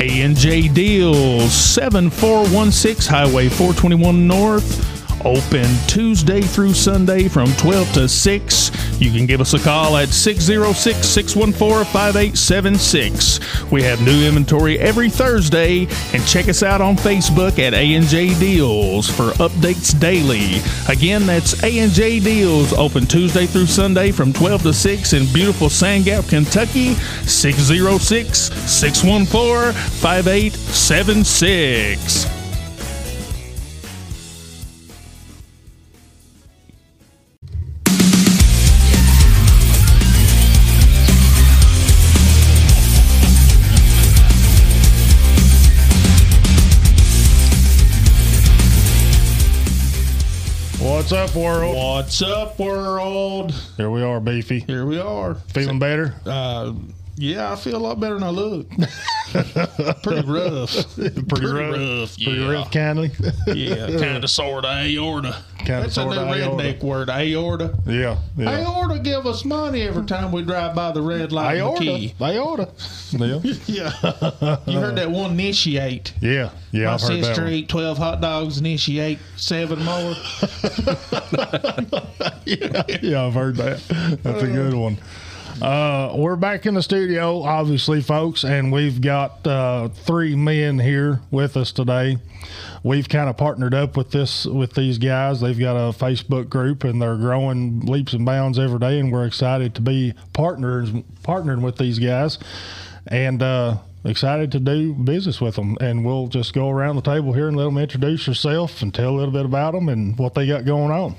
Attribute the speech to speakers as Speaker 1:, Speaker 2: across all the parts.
Speaker 1: A and J Deals, 7416 Highway 421 North. Open Tuesday through Sunday from 12 to 6. You can give us a call at 606 614 5876. We have new inventory every Thursday and check us out on Facebook at A&J Deals for updates daily. Again, that's A&J Deals open Tuesday through Sunday from 12 to 6 in beautiful Sand Gap, Kentucky, oh 606-614-5876.
Speaker 2: What's up, world?
Speaker 1: What's up, world?
Speaker 2: Here we are, Beefy.
Speaker 1: Here we are.
Speaker 2: Feeling better?
Speaker 1: Uh, yeah, I feel a lot better than I look. Pretty rough. Pretty,
Speaker 2: Pretty
Speaker 1: yeah.
Speaker 2: rough, kindly.
Speaker 1: Yeah, kind of sort of aorta.
Speaker 2: Kinda,
Speaker 1: That's
Speaker 2: sorta,
Speaker 1: a new
Speaker 2: aorta.
Speaker 1: redneck word, aorta.
Speaker 2: yeah, yeah.
Speaker 1: Aorta give us money every time we drive by the red light and the key.
Speaker 2: Aorta. Yeah,
Speaker 1: Yeah, you heard that one initiate.
Speaker 2: yeah, yeah.
Speaker 1: My
Speaker 2: I've heard that.
Speaker 1: sister
Speaker 2: one.
Speaker 1: eat twelve hot dogs, initiate seven more.
Speaker 2: Yeah, I've heard that. That's a good one. Uh, we're back in the studio, obviously, folks, and we've got uh, three men here with us today. We've kind of partnered up with this with these guys. They've got a Facebook group, and they're growing leaps and bounds every day. And we're excited to be partners partnering with these guys, and uh, excited to do business with them. And we'll just go around the table here and let them introduce yourself and tell a little bit about them and what they got going on.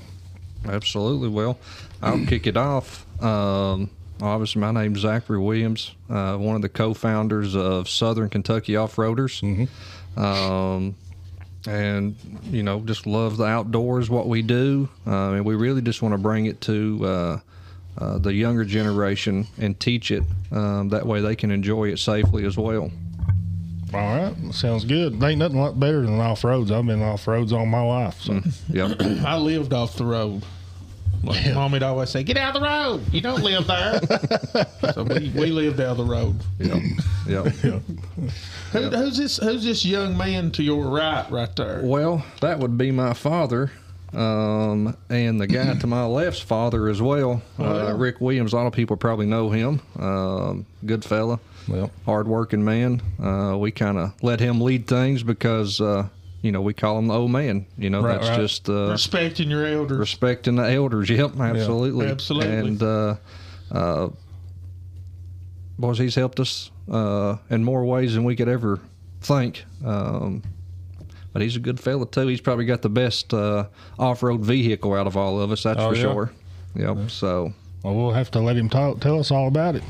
Speaker 3: Absolutely. Well, I'll kick it off. Um, obviously, my name's Zachary Williams, uh, one of the co founders of Southern Kentucky Off Roaders. Um, and, you know, just love the outdoors, what we do. Uh, and we really just want to bring it to uh, uh, the younger generation and teach it. Um, that way they can enjoy it safely as well.
Speaker 2: All right, sounds good. Ain't nothing like better than off roads. I've been off roads all my life. So.
Speaker 3: Yep.
Speaker 1: I lived off the road. Like Mommy'd always say, "Get out of the road! You don't live there." so we, we lived out of the road.
Speaker 3: Yep. Yep.
Speaker 1: Who, Who's this? Who's this young man to your right, right there?
Speaker 3: Well, that would be my father, um, and the guy to my left's father as well,
Speaker 2: Oh,
Speaker 3: uh, Rick Williams. A lot of people probably know him. Um, good fella,
Speaker 2: Well.
Speaker 3: hardworking man. Uh, we kind of let him lead things because uh, you know we call him the old man. You know
Speaker 2: Right,
Speaker 3: that's
Speaker 2: right.
Speaker 3: just uh,
Speaker 1: Respecting your elders.
Speaker 3: respecting the elders. Yep, absolutely,
Speaker 1: absolutely.
Speaker 3: And uh, uh, boys, he's helped us uh, in more ways than we could ever think. Um, but he's a good fella too. He's probably got the best uh, off-road vehicle out of all of us. That's
Speaker 2: Oh,
Speaker 3: for
Speaker 2: yeah?
Speaker 3: sure. Yep. So
Speaker 2: Well, we'll have to let him talk, tell us all about it.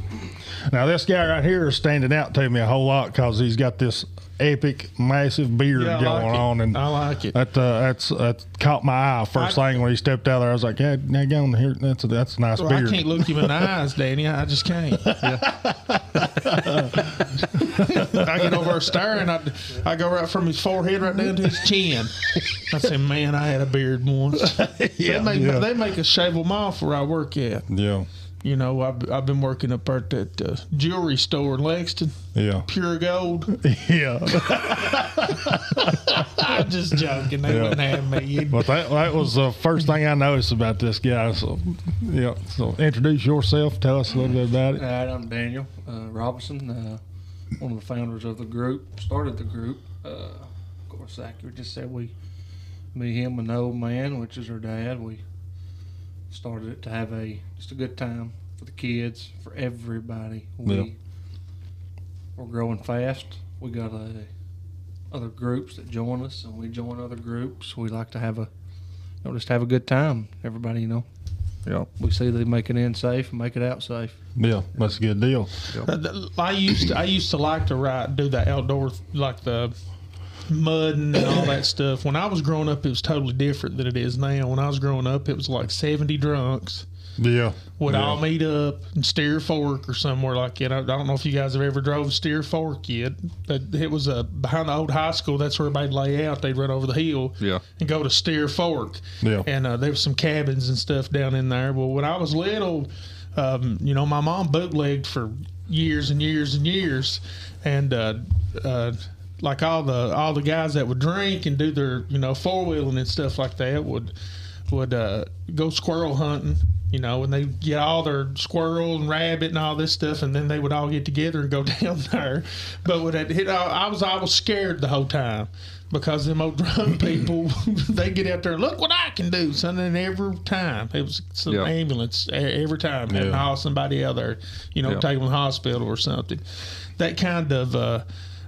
Speaker 2: Now, this guy right here is standing out to me a whole lot because he's got this epic, massive beard
Speaker 1: Yeah, I
Speaker 2: going
Speaker 1: like it.
Speaker 2: on, and
Speaker 1: I like it.
Speaker 2: That, uh, that's that caught my eye first thing when he stepped out there. I was like, "Yeah, now go on here. That's a, that's a nice
Speaker 1: Well, I
Speaker 2: beard."
Speaker 1: can't look him in the eyes, Danny. I just can't. I get over there staring. I, I go right from his forehead right down to his chin. I say, man, I had a beard once. they, make,
Speaker 2: yeah.
Speaker 1: they make us shave them off where I work at.
Speaker 2: Yeah,
Speaker 1: You know, I've, I've been working up at that uh, jewelry store in Lexington,
Speaker 2: yeah,
Speaker 1: Pure Gold.
Speaker 2: yeah.
Speaker 1: I'm just joking. They
Speaker 2: Yeah.
Speaker 1: wouldn't have me. You'd-
Speaker 2: But that, that was the first thing I noticed about this guy. So, yeah. So, introduce yourself. Tell us a little bit about it.
Speaker 4: All right, I'm Daniel uh, Robinson, uh, one of the founders of the group. Started the group. Uh, of course, Zach, you just said we, me, him, and the old man, which is her dad. We started it to have a just a good time for the kids, for everybody. We
Speaker 2: Yeah.
Speaker 4: we're growing fast. We got a, other groups that join us, and we join other groups. We like to have a, you know, just have a good time. Everybody, you know,
Speaker 3: yep.
Speaker 4: we see they make it in safe, and make it out safe.
Speaker 2: Yeah, that's a good deal.
Speaker 1: I used to, I used to like to ride do the outdoor like the mud and all that stuff. When I was growing up, it was totally different than it is now. When I was growing up, it was like seventy drunks
Speaker 2: Yeah.
Speaker 1: would
Speaker 2: yeah. Oh,
Speaker 1: all meet up in Steer Fork or somewhere like that. I I don't know if you guys have ever drove Steer Fork yet, but it was a behind the old high school. That's where everybody lay out. They'd run over the hill
Speaker 3: Yeah.
Speaker 1: and go to Steer Fork.
Speaker 2: Yeah.
Speaker 1: And uh, there was some cabins and stuff down in there. Well, when I was little, um, you know, my mom bootlegged for years and years and years, and uh, uh, like all the all the guys that would drink and do their you know four wheeling and stuff like that would would uh, go squirrel hunting. You know, and they get all their squirrel and rabbit and all this stuff, and then they would all get together and go down there. But when it hit, I I was I was scared the whole time because them old drunk people they get out there and look what I can do, son. And every time it was some
Speaker 3: Yeah.
Speaker 1: ambulance e- every time had to
Speaker 2: Yeah.
Speaker 1: haul somebody out there, you know,
Speaker 3: Yeah.
Speaker 1: take them to the hospital or something. That kind of uh,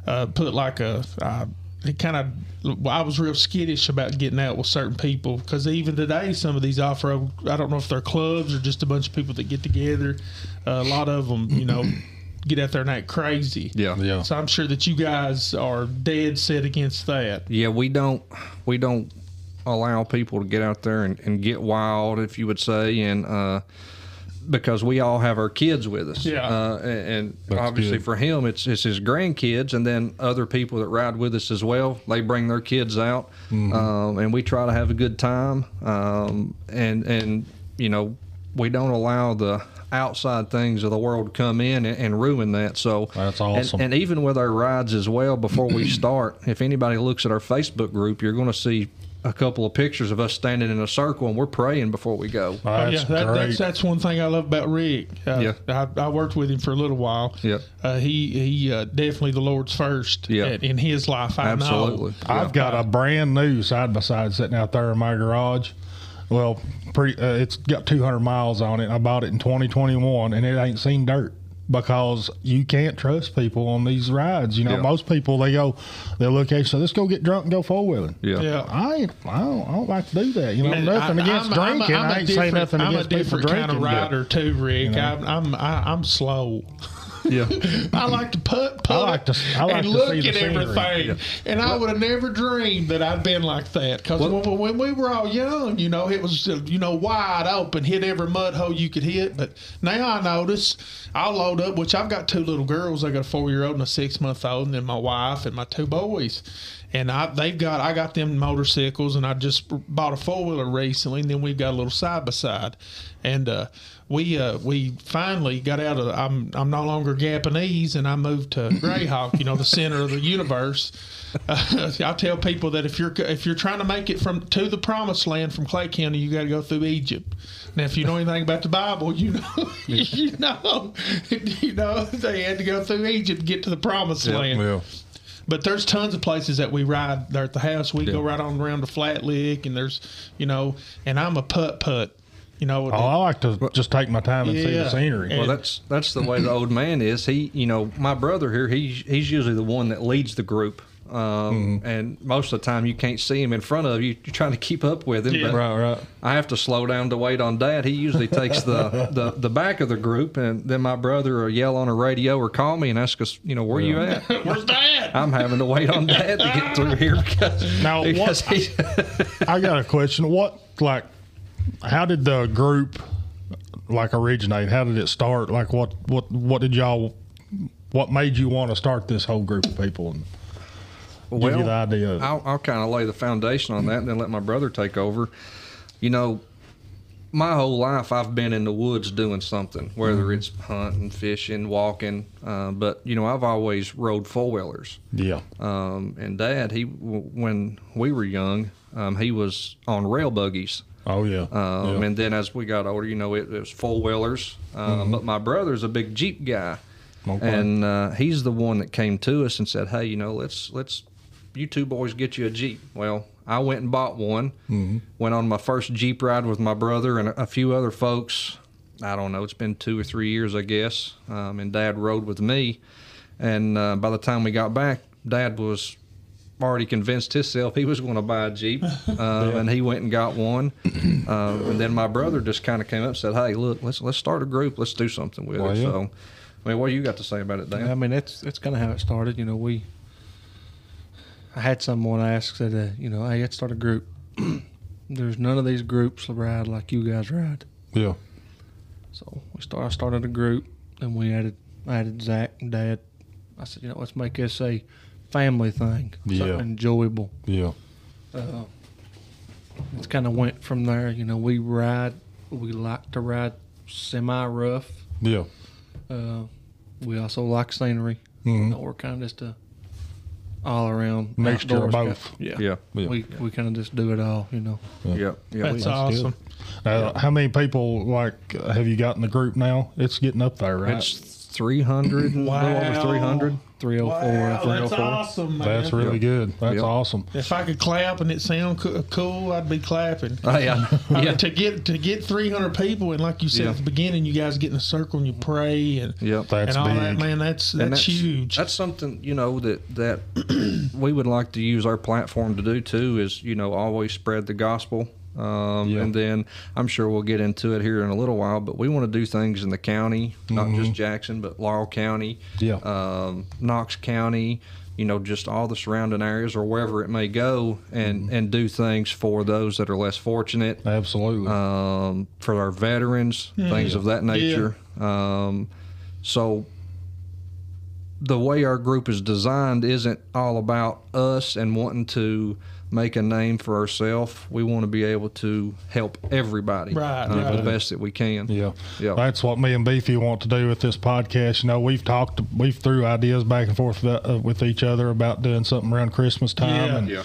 Speaker 1: uh, put like a. Uh, it kind of, well, I was real skittish about getting out with certain people because even today, some of these off road, I don't know if they're clubs or just a bunch of people that get together. Uh, a lot of them, you know, get out there and act crazy.
Speaker 3: Yeah.
Speaker 2: Yeah.
Speaker 1: So I'm sure that you guys are dead set against that.
Speaker 3: Yeah, we don't we don't allow people to get out there and, and get wild, if you would say, and uh, because we all have our kids with us.
Speaker 1: Yeah.
Speaker 3: Uh, and and obviously
Speaker 2: good.
Speaker 3: for him, it's it's his grandkids, and then other people that ride with us as well. They bring their kids out,
Speaker 2: Mm-hmm.
Speaker 3: um, and we try to have a good time. Um, and and you know we don't allow the outside things of the world to come in and, and ruin that. So
Speaker 2: That's
Speaker 3: and-
Speaker 2: awesome.
Speaker 3: and even with our rides as well, before we start, if anybody looks at our Facebook group, you're going to see a couple of pictures of us standing in a circle and we're praying before we go.
Speaker 2: That's
Speaker 1: Oh, yeah, that,
Speaker 2: great.
Speaker 1: that's that's one thing I love about Rick. Uh,
Speaker 3: Yeah.
Speaker 1: I, I worked with him for a little while.
Speaker 3: Yeah.
Speaker 1: uh, he he uh, definitely the Lord's first.
Speaker 3: Yeah.
Speaker 1: at- in his life, I know.
Speaker 3: Absolutely.
Speaker 2: I've got a brand new side by side sitting out there in my garage. Well, pretty, uh, it's got 200 miles on it. I bought it in 2021, and it ain't seen dirt because you can't trust people on these rides. You know,
Speaker 3: Yeah.
Speaker 2: most people they go, they look at you, so let's go get drunk and go four wheeling.
Speaker 3: Yeah.
Speaker 1: Yeah.
Speaker 2: I ain't, I don't, I don't like to do that. You know,
Speaker 1: And
Speaker 2: nothing
Speaker 1: I-
Speaker 2: against
Speaker 1: I'm- I'm a-
Speaker 2: drinking.
Speaker 1: I'm a
Speaker 2: I ain't saying
Speaker 1: different-
Speaker 2: nothing
Speaker 1: I'm
Speaker 2: against
Speaker 1: a different
Speaker 2: people
Speaker 1: kind of
Speaker 2: drinking, but-
Speaker 1: rider too, Rick. I'm I'm I, I'm slow.
Speaker 3: Yeah.
Speaker 1: Mm-hmm. I like to putt, putt,
Speaker 2: like to- I like
Speaker 1: and
Speaker 2: to
Speaker 1: look
Speaker 2: see the
Speaker 1: at
Speaker 2: scenery.
Speaker 1: everything. And I would have never dreamed that I'd been like that. Because when, when we were all young, you know, it was uh, you know wide open, hit every mud hole you could hit. But now I notice I'll load up, which I've got two little girls. I got a four year old and a six month old, and then my wife and my two boys. And I they've got I got them motorcycles, and I just bought a four wheeler recently, and then we've got a little side by side, and. uh we uh, we finally got out of. I'm I'm no longer Japanese, and I moved to Greyhawk. You know, the center of the universe. Uh, I tell people that if you're if you're trying to make it from to the promised land from Clay County, you got to go through Egypt. Now, if you know anything about the Bible, you know you know you know they had to go through Egypt to get to the promised land. But there's tons of places that we ride there at the house. We go right on around to Flat Lick, and there's you know, and I'm a putt putt. You know,
Speaker 2: Oh, I like to just take my time and see
Speaker 1: Yeah.
Speaker 2: the scenery.
Speaker 1: And-
Speaker 3: Well, that's that's the way the old man is. He, you know, my brother here, he's he's usually the one that leads the group, um, and most of the time you can't see him in front of you. You're trying to keep up with him.
Speaker 1: Yeah.
Speaker 3: but
Speaker 2: right, right.
Speaker 3: I have to slow down to wait on Dad. He usually takes the, the, the back of the group, and then my brother will yell on a radio or call me and ask us, you know, where you at?
Speaker 1: where's that?
Speaker 3: I'm having to wait on Dad to get through here because
Speaker 2: Now, what-
Speaker 3: because he-
Speaker 2: I got a question. What like how did the group like originate? How did it start? Like what what what did y'all what made you want to start this whole group of people and give you the idea?
Speaker 3: I'll, I'll kind of lay the foundation on that and then let my brother take over. You know, my whole life I've been in the woods doing something, whether
Speaker 2: Mm-hmm.
Speaker 3: it's hunting, fishing, walking. Uh, but, you know, I've always rode four wheelers.
Speaker 2: yeah.
Speaker 3: Um, and Dad, he w- when we were young, um, he was on rail buggies.
Speaker 2: Oh yeah.
Speaker 3: Um,
Speaker 2: yeah.
Speaker 3: And then as we got older, you know, it, it was four wheelers. Um, But my brother's a big Jeep guy,
Speaker 2: Mm-hmm. Okay.
Speaker 3: and uh, he's the one that came to us and said, "Hey, you know, let's let's you two boys get you a Jeep." Well, I went and bought one.
Speaker 2: Mm-hmm.
Speaker 3: Went on my first Jeep ride with my brother and a, a few other folks. I don't know. It's been two or three years, I guess. Um, and Dad rode with me, and uh, by the time we got back, Dad was already convinced himself he was going to buy a Jeep, um, and he went and got one. Um, and then my brother just kind of came up and said, "Hey, look, let's let's start a group. Let's do something with
Speaker 2: Well,
Speaker 3: it."
Speaker 2: yeah.
Speaker 3: So, I mean, what do you got to say about it, Dan?
Speaker 4: I mean, that's that's kind of how it started. You know, we. I had someone ask that, uh, you know, hey, let's start a group. There's none of these groups that ride like you guys ride.
Speaker 2: yeah.
Speaker 4: So we start. I started a group, and we added I added Zach and Dad. I said, you know, let's make this a family thing,
Speaker 2: Yeah.
Speaker 4: something enjoyable.
Speaker 2: Yeah.
Speaker 4: Uh, it's kind of went from there. You know, we ride. We like to ride semi rough.
Speaker 2: Yeah.
Speaker 4: Uh, We also like scenery.
Speaker 5: Mm-hmm.
Speaker 4: You know, we're kind of just a all around
Speaker 2: Mixture of
Speaker 4: outdoors
Speaker 2: both.
Speaker 4: guy. Yeah.
Speaker 3: Yeah.
Speaker 2: Yeah.
Speaker 4: We, we kind of just do it all, you know.
Speaker 3: Yeah. Yeah.
Speaker 1: That's
Speaker 3: we-
Speaker 1: awesome.
Speaker 2: Uh, how many people like have you got in the group now? It's getting up there, right?
Speaker 3: It's 300, a little over
Speaker 1: Wow.
Speaker 3: 300. oh-
Speaker 4: 304,
Speaker 1: Wow, that's
Speaker 4: 304.
Speaker 1: awesome, man.
Speaker 2: That's really good. That's
Speaker 3: Yep.
Speaker 2: awesome.
Speaker 1: If I could clap and it sound coo- cool, I'd be clapping.
Speaker 3: Oh, yeah.
Speaker 1: I mean,
Speaker 3: yeah.
Speaker 1: to get to get 300 people, and like you said
Speaker 3: Yeah.
Speaker 1: at the beginning, you guys get in a circle and you pray and
Speaker 3: Yep.
Speaker 2: That's
Speaker 1: and all that,
Speaker 2: big.
Speaker 1: man. That's that's,
Speaker 3: And
Speaker 1: huge.
Speaker 3: That's something you know that that we would like to use our platform to do too. Is you know always spread the gospel. Um,
Speaker 2: Yeah.
Speaker 3: And then I'm sure we'll get into it here in a little while, but we want to do things in the county, not
Speaker 1: Mm-hmm.
Speaker 3: just Jackson, but Laurel County,
Speaker 2: Yeah.
Speaker 3: um, Knox County, you know, just all the surrounding areas or wherever it may go, and
Speaker 1: Mm-hmm.
Speaker 3: and do things for those that are less fortunate
Speaker 2: Absolutely.
Speaker 3: um, for our veterans, things of that nature. Um, so the way our group is designed isn't all about us and wanting to make a name for ourselves. We want to be able to help everybody
Speaker 1: Right,
Speaker 3: uh,
Speaker 1: right.
Speaker 3: the best that we can.
Speaker 2: yeah.
Speaker 3: Yeah.
Speaker 2: That's what me and Beefy want to do with this podcast. You know, we've talked, we've threw ideas back and forth with, uh, with each other about doing something around Christmas time.
Speaker 1: Yeah.
Speaker 2: And,
Speaker 3: Yeah.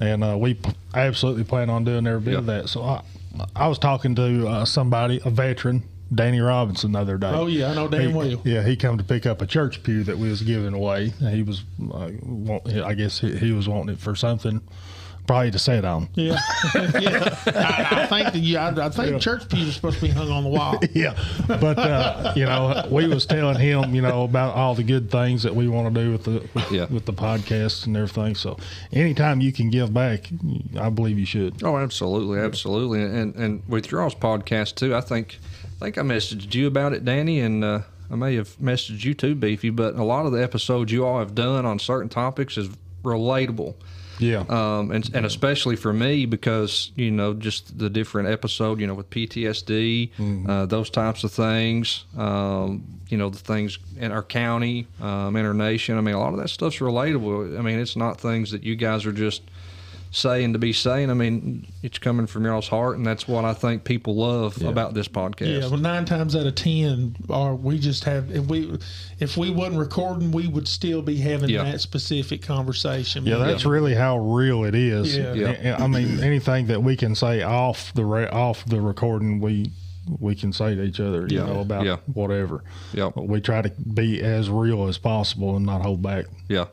Speaker 2: and uh, we p- absolutely plan on doing every bit of
Speaker 3: Yeah.
Speaker 2: that. So I, I was talking to uh, somebody, a veteran, Danny Robinson, the other day.
Speaker 1: oh yeah, I know damn
Speaker 2: He-
Speaker 1: well.
Speaker 2: Yeah, he come to pick up a church pew that we was giving away. He was, uh, want, I guess he, he was wanting it for something, probably to sit on.
Speaker 1: Yeah, yeah. I, I think that you, I, I think church pews are supposed to be hung on the wall.
Speaker 2: yeah. But uh, you know, we was telling him, you know, about all the good things that we want to do with the with,
Speaker 3: Yeah.
Speaker 2: with the podcast and everything. So anytime you can give back, I believe you should.
Speaker 3: Oh, absolutely, absolutely, and and with your all's podcast too. I think I think I messaged you about it, Danny, and uh, I may have messaged you too, Beefy. But a lot of the episodes you all have done on certain topics is relatable.
Speaker 2: Yeah.
Speaker 3: Um, and, and especially for me because you know just the different episode you know with PTSD uh, those types of things um, you know the things in our county um, in our nation I mean a lot of that stuff's relatable I mean it's not things that you guys are just saying to be saying I mean it's coming from y'all's heart and that's what I think people love about this podcast
Speaker 1: Yeah, well, nine times out of ten, are we just have if we if we wasn't recording, we would still be having
Speaker 3: Yeah.
Speaker 1: that specific conversation.
Speaker 2: yeah, that's really how real it is.
Speaker 1: Yeah.
Speaker 3: Yeah.
Speaker 2: And- and I mean, anything that we can say off the re- off the recording, we we can say to each other, you
Speaker 3: Yeah.
Speaker 2: know, about
Speaker 3: Yeah.
Speaker 2: whatever.
Speaker 3: yeah yeah
Speaker 2: We try to be as real as possible and not hold back.
Speaker 3: yeah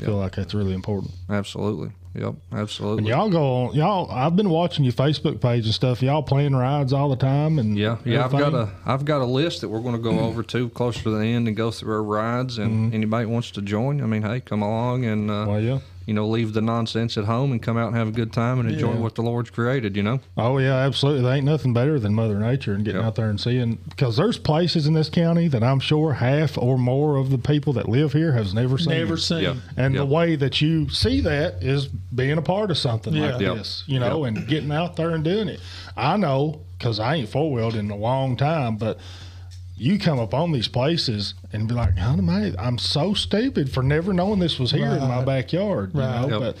Speaker 2: I feel like that's really important.
Speaker 3: absolutely yep absolutely
Speaker 2: And y'all go on, y'all. I've been watching your Facebook page and stuff. Y'all playing rides all the time, and
Speaker 3: Yeah, yeah. I've got
Speaker 2: everything?
Speaker 3: a I've got a list that we're going to go over to closer to the end and go through our rides. And anybody that wants to join, I mean, hey, come along and uh,
Speaker 2: Mm-hmm. Well, yeah.
Speaker 3: you know leave the nonsense at home and come out and have a good time and enjoy
Speaker 1: Yeah.
Speaker 3: what the Lord's created. You know,
Speaker 2: Oh yeah, absolutely. There ain't nothing better than Mother Nature and getting
Speaker 3: Yeah.
Speaker 2: out there and seeing. Because there's places in this county that I'm sure half or more of the people that live here has never seen.
Speaker 1: never seen.
Speaker 3: Yeah.
Speaker 2: And
Speaker 3: Yeah.
Speaker 2: the way that you see that is being a part of something like
Speaker 1: Yeah.
Speaker 3: Yeah.
Speaker 2: this, you know, and getting out there and doing it. I know because I ain't four wheeled in a long time, but you come up on these places and be like, "Honey, mate, I'm so stupid for never knowing this was here in my
Speaker 1: Right.
Speaker 2: backyard." You
Speaker 1: Right.
Speaker 2: know,
Speaker 3: Yep.
Speaker 2: but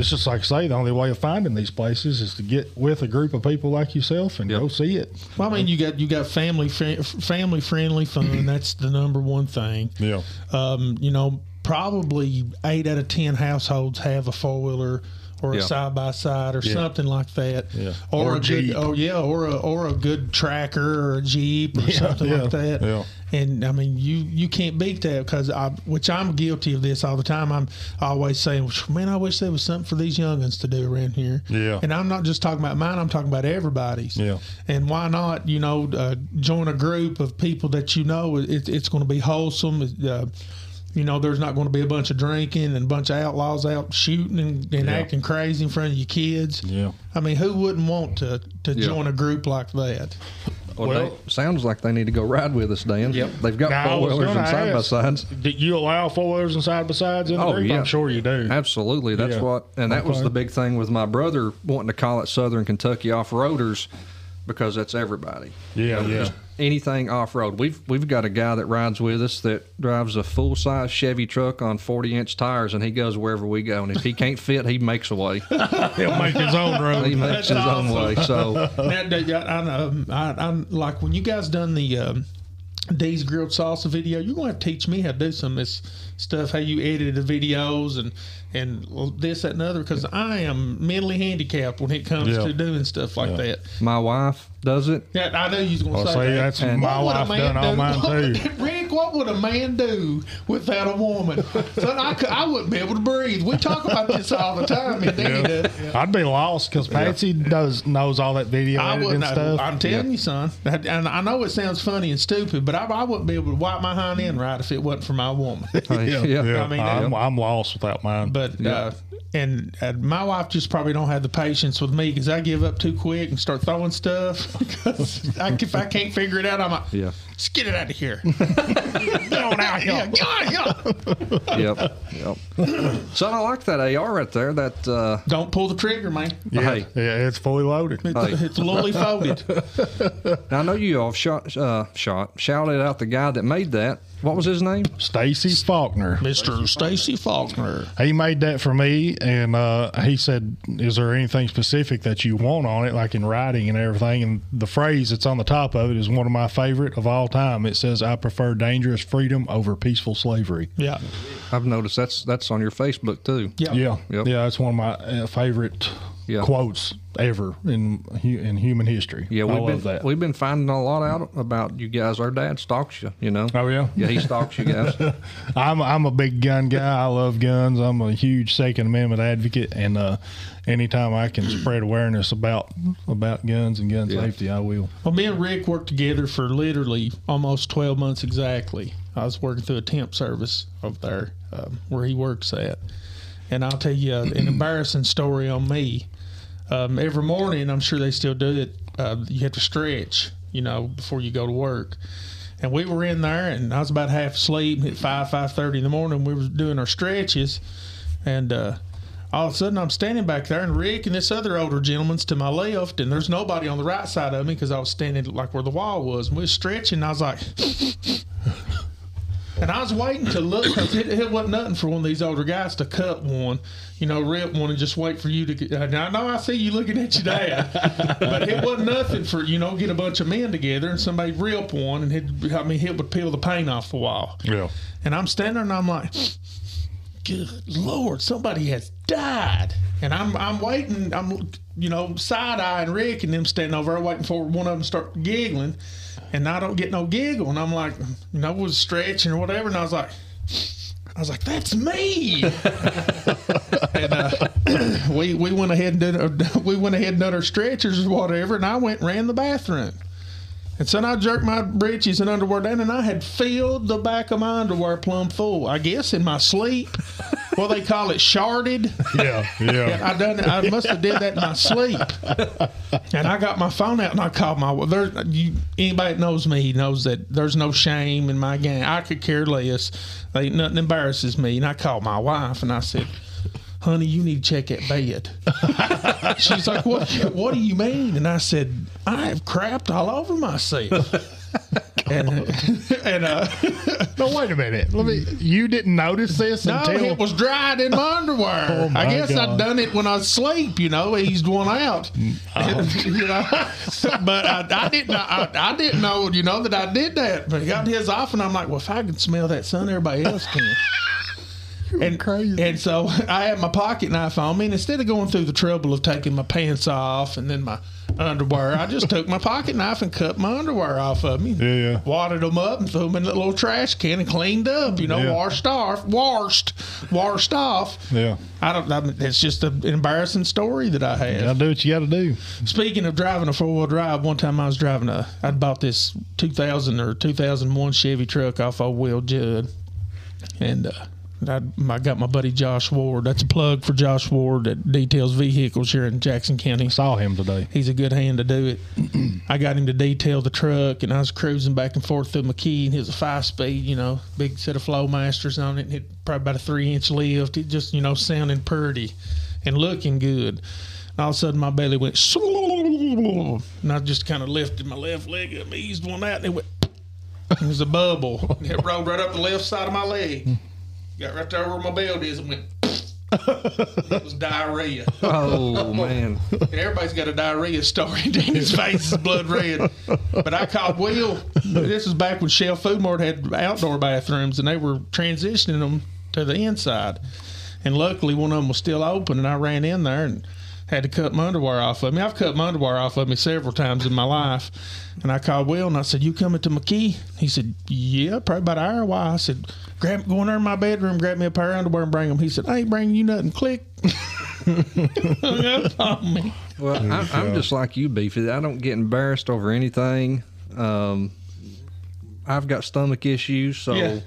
Speaker 2: it's just like I say, the only way of finding these places is to get with a group of people like yourself and
Speaker 3: Yep.
Speaker 2: go see it.
Speaker 1: Well, I mean, you got you got family fri- family friendly fun. that's the number one thing.
Speaker 2: Yeah,
Speaker 1: Um, you know, probably eight out of ten households have a four wheeler or a
Speaker 3: Yeah.
Speaker 1: side by side or something like that.
Speaker 2: Yeah.
Speaker 1: Or,
Speaker 2: Or
Speaker 1: a
Speaker 2: a Jeep.
Speaker 1: good oh yeah, or a or a good tracker or a Jeep or something
Speaker 2: yeah,
Speaker 1: like that.
Speaker 2: yeah.
Speaker 1: And I mean, you you can't beat that because I, which I'm guilty of this all the time. I'm always saying, man, I wish there was something for these younguns to do around here.
Speaker 2: Yeah.
Speaker 1: And I'm not just talking about mine. I'm talking about everybody's.
Speaker 2: Yeah.
Speaker 1: And why not, you know, uh, join a group of people that you know it, it's going to be wholesome. Uh, you know, there's not going to be a bunch of drinking and a bunch of outlaws out shooting and, and acting crazy in front of your kids.
Speaker 2: yeah.
Speaker 1: I mean, who wouldn't want to, to
Speaker 3: Yeah.
Speaker 1: join a group like that?
Speaker 3: well,
Speaker 2: Well-
Speaker 3: they, sounds like they need to go ride with us, Dan.
Speaker 4: Yep.
Speaker 3: they've got
Speaker 2: Now, I
Speaker 3: four
Speaker 2: was
Speaker 3: wheelers and
Speaker 2: gonna
Speaker 3: side by
Speaker 2: ask-
Speaker 3: sides.
Speaker 2: Do you allow four wheelers and side by sides in the
Speaker 3: Oh,
Speaker 2: group?
Speaker 3: yeah.
Speaker 2: I'm sure you do.
Speaker 3: Absolutely. That's
Speaker 2: Yeah.
Speaker 3: what, and that was
Speaker 2: Okay.
Speaker 3: the big thing with my brother wanting to call it Southern Kentucky Off Roaders because that's everybody.
Speaker 2: Yeah,
Speaker 3: You know,
Speaker 2: yeah.
Speaker 3: just Anything off road. We've we've got a guy that rides with us that drives a full size Chevy truck on forty inch tires, and he goes wherever we go. And if he can't fit, he makes a way.
Speaker 2: He'll make his own road.
Speaker 3: He makes his own way. So
Speaker 2: Oh.
Speaker 1: Now, do y'all- I, know, I, I, like when you guys done the um, Dee's grilled salsa video. You're gonna have to teach me how to do some of this stuff, how you edit the videos and and this, that, and other, because I am mentally handicapped when it comes
Speaker 2: Yeah.
Speaker 1: to doing stuff like that.
Speaker 3: My wife does it.
Speaker 1: Yeah, I know you're gonna
Speaker 2: Well,
Speaker 1: say
Speaker 2: see,
Speaker 1: that.
Speaker 2: that's
Speaker 3: And-
Speaker 2: my
Speaker 1: What would a
Speaker 2: wife
Speaker 1: man
Speaker 2: done all
Speaker 1: do-
Speaker 2: mine
Speaker 1: what
Speaker 2: too.
Speaker 1: would- Rick, what would a man do without a woman? Son, I, could, I wouldn't be able to breathe. We talk about this all the time. And then, uh,
Speaker 2: I'd be lost because Patsy does knows all that video
Speaker 1: I
Speaker 2: editing
Speaker 1: wouldn't.
Speaker 2: stuff.
Speaker 1: I'm telling you, son. That- And I know it sounds funny and stupid, but I, I wouldn't be able to wipe my hind end right if it wasn't for my woman.
Speaker 3: yeah.
Speaker 2: yeah,
Speaker 1: I mean,
Speaker 2: I'm, I'm lost without mine.
Speaker 1: But uh, and uh, my wife just probably don't have the patience with me because I give up too quick and start throwing stuff. 'Cause I, if I can't figure it out, I'm like,
Speaker 3: Yeah.
Speaker 1: just get it out of here. get on out here. Yeah, yeah.
Speaker 3: yep. Yep. So I like that AR right there. That uh,
Speaker 1: Don't pull the trigger, man.
Speaker 2: yeah,
Speaker 3: hey,
Speaker 2: yeah, it's fully loaded.
Speaker 1: It's,
Speaker 3: Hey.
Speaker 1: it's lily folded.
Speaker 3: now I know you all shot, uh, shot, shouted out the guy that made that. What was his name?
Speaker 2: Stacy Faulkner.
Speaker 1: Mr. Stacy Faulkner.
Speaker 2: He made that for me, and uh, he said, "Is there anything specific that you want on it, like in writing and everything?" And the phrase that's on the top of it is one of my favorite of all time. It says, "I prefer dangerous freedom over peaceful slavery."
Speaker 1: Yeah.
Speaker 3: I've noticed that's that's on your Facebook too.
Speaker 1: Yeah.
Speaker 2: Yeah,
Speaker 3: Yep.
Speaker 2: yeah, that's one of my uh, favorite
Speaker 3: Yeah.
Speaker 2: quotes ever in hu- in human history.
Speaker 3: Yeah,
Speaker 2: I
Speaker 3: we've
Speaker 2: love
Speaker 3: been
Speaker 2: that.
Speaker 3: we've been finding a lot out about you guys. Our dad stalks you, you know.
Speaker 2: Oh yeah,
Speaker 3: Yeah, he stalks you guys.
Speaker 2: I'm I'm a big gun guy. I love guns. I'm a huge Second Amendment advocate, and uh, anytime I can spread awareness about about guns and gun
Speaker 3: Yeah.
Speaker 2: safety, I will.
Speaker 1: Well, me and Rick worked together for literally almost 12 months exactly. I was working through a temp service up there um, where he works at. And I'll tell you uh, an embarrassing story on me. Um, every morning, I'm sure they still do it, uh, you have to stretch, you know, before you go to work. And we were in there, and I was about half asleep at 5, 5.30 in the morning. We were doing our stretches, and uh, all of a sudden, I'm standing back there, and Rick and this other older gentleman's to my left, and there's nobody on the right side of me because I was standing like where the wall was, and we was stretching. And I was like, and I was waiting to look because it, it wasn't nothing for one of these older guys to cut one, you know, rip one, and just wait for you to. get and I know I see you looking at your dad, but it wasn't nothing for you know get a bunch of men together and somebody rip one, and it, I mean it would peel the paint off the wall.
Speaker 2: Yeah.
Speaker 1: And I'm standing there and I'm like, good Lord, somebody has died. And I'm I'm waiting, I'm, you know, side eyeing Rick and them standing over there waiting for one of them to start giggling. And I don't get no giggle. And I'm like, you know, was stretching or whatever. And I was like, I was like, that's me. and uh, we, we went ahead and did, we went ahead and done our stretchers or whatever. And I went and ran the bathroom. And so I jerked my breeches and underwear down, and I had filled the back of my underwear plumb full. I guess in my sleep. well, they call it sharded.
Speaker 2: Yeah, yeah.
Speaker 1: I done. I must have did that in my sleep. And I got my phone out and I called my. There, you, anybody that knows me knows that there's no shame in my game. I could care less. Like, nothing embarrasses me. And I called my wife and I said, "Honey, you need to check that bed." She's like, "What? What do you mean?" And I said, "I have crapped all over myself." and and uh,
Speaker 2: no, wait a minute. Let me. You didn't notice this
Speaker 1: no,
Speaker 2: until
Speaker 1: it was dried in my underwear.
Speaker 2: Oh, my
Speaker 1: I guess
Speaker 2: God.
Speaker 1: I'd done it when I sleep, you know, eased one out.
Speaker 2: Mm, oh.
Speaker 1: You know, but I, I didn't I, I didn't know, you know, that I did that. But I got his off and I'm like, well, if I can smell that sun, everybody else can. And,
Speaker 2: crazy.
Speaker 1: and so I had my pocket knife on me, and instead of going through the trouble of taking my pants off and then my underwear, I just took my pocket knife and cut my underwear off of me.
Speaker 2: yeah.
Speaker 1: Wadded them up and threw them in that little trash can and cleaned up, you know,
Speaker 2: Yeah.
Speaker 1: washed off, washed, washed off.
Speaker 2: Yeah.
Speaker 1: I don't, I mean, it's just an embarrassing story that I had.
Speaker 2: Gotta do what you gotta do.
Speaker 1: Speaking of driving a four wheel drive, one time I was driving a, I'd bought this 2000 or 2001 Chevy truck off old Will Judd. And uh, I, I got my buddy Josh Ward. That's a plug for Josh Ward at Details Vehicles here in Jackson County
Speaker 2: Saw him today.
Speaker 1: he's a good hand to do it. I got him to detail the truck, and I was cruising back and forth through McKee, and his five speed, you know, big set of flow masters on it, and it probably about a three inch lift. It just, you know, sounding pretty and looking good. And all of a sudden, my belly went, and I just kind of lifted my left leg up, eased one out, and it went. It was a bubble. And it rolled right up the left side of my leg. Got right there where my belt is and went. It was diarrhea.
Speaker 3: Oh man,
Speaker 1: And everybody's got a diarrhea story. Danny's face is blood red. But I called Will. This is back when Shell Food Mart had outdoor bathrooms and they were transitioning them to the inside. And luckily, one of them was still open, and I ran in there and had to cut my underwear off of me. I've cut my underwear off of me several times in my life. And I called Will and I said, You coming to McKee? He said, Yeah, probably about an hour. Why? I said, Grab, Go in there in my bedroom, grab me a pair of underwear and bring them. He said, I ain't bringing you nothing. Click. Hung up on me.
Speaker 3: well I, I'm just like you, Beefy. I don't get embarrassed over anything. Um, I've got stomach issues, so
Speaker 1: Yeah.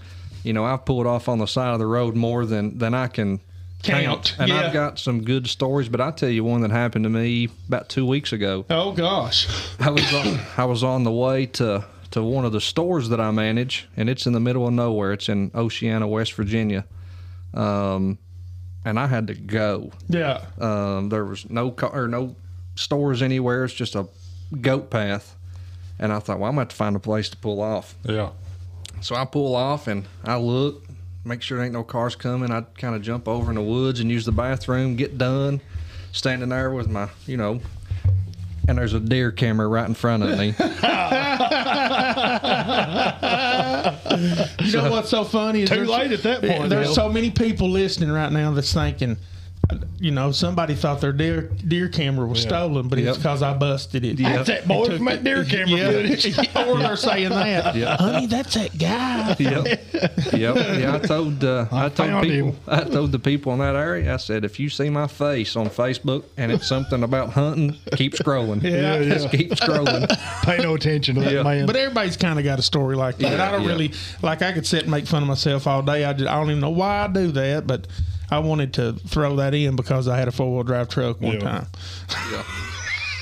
Speaker 3: you know I've pulled off on the side of the road more than than I can
Speaker 1: Count.
Speaker 3: And
Speaker 1: yeah.
Speaker 3: I've got some good stories, but I tell you one that happened to me about two weeks ago.
Speaker 1: Oh gosh.
Speaker 3: I was on, I was on the way to to one of the stores that I manage, and it's in the middle of nowhere. It's in Oceana, West Virginia, um, and I had to go.
Speaker 1: Yeah.
Speaker 3: Um, there was no car, or no stores anywhere. It's just a goat path, and I thought, well, I'm gonna have to find a place to pull off.
Speaker 2: Yeah.
Speaker 3: So I pull off and I look, make sure there ain't no cars coming. I kind of jump over in the woods and use the bathroom, get done, standing there with my, you know, and there's a deer camera right in front of me.
Speaker 1: You know what's so funny is
Speaker 2: Too
Speaker 1: there's-
Speaker 2: late at that
Speaker 1: Yeah,
Speaker 2: point,
Speaker 1: There's
Speaker 2: Bill.
Speaker 1: so many people listening right now that's thinking, you know, somebody thought their deer deer camera was stolen, but it's
Speaker 3: Yep.
Speaker 1: because I busted it.
Speaker 2: That's that boy from that deer camera
Speaker 1: Yeah.
Speaker 2: footage.
Speaker 1: or they're saying that,
Speaker 3: Yeah.
Speaker 1: honey, that's that guy.
Speaker 3: yep. Yep. Yeah, I told uh, I, told
Speaker 2: found
Speaker 3: people
Speaker 2: him.
Speaker 3: I told the people in that area. I said, if you see my face on Facebook and it's something about hunting, keep scrolling.
Speaker 2: Yeah, yeah.
Speaker 3: Just keep scrolling.
Speaker 2: Pay no attention to that
Speaker 3: Yeah.
Speaker 2: man.
Speaker 1: But everybody's kind of got a story like that.
Speaker 3: Yeah,
Speaker 1: I don't
Speaker 3: yeah.
Speaker 1: really like. I could sit and make fun of myself all day. I, just, I don't even know why I do that, but I wanted to throw that in because I had a four wheel drive truck
Speaker 2: Yeah.
Speaker 1: one time.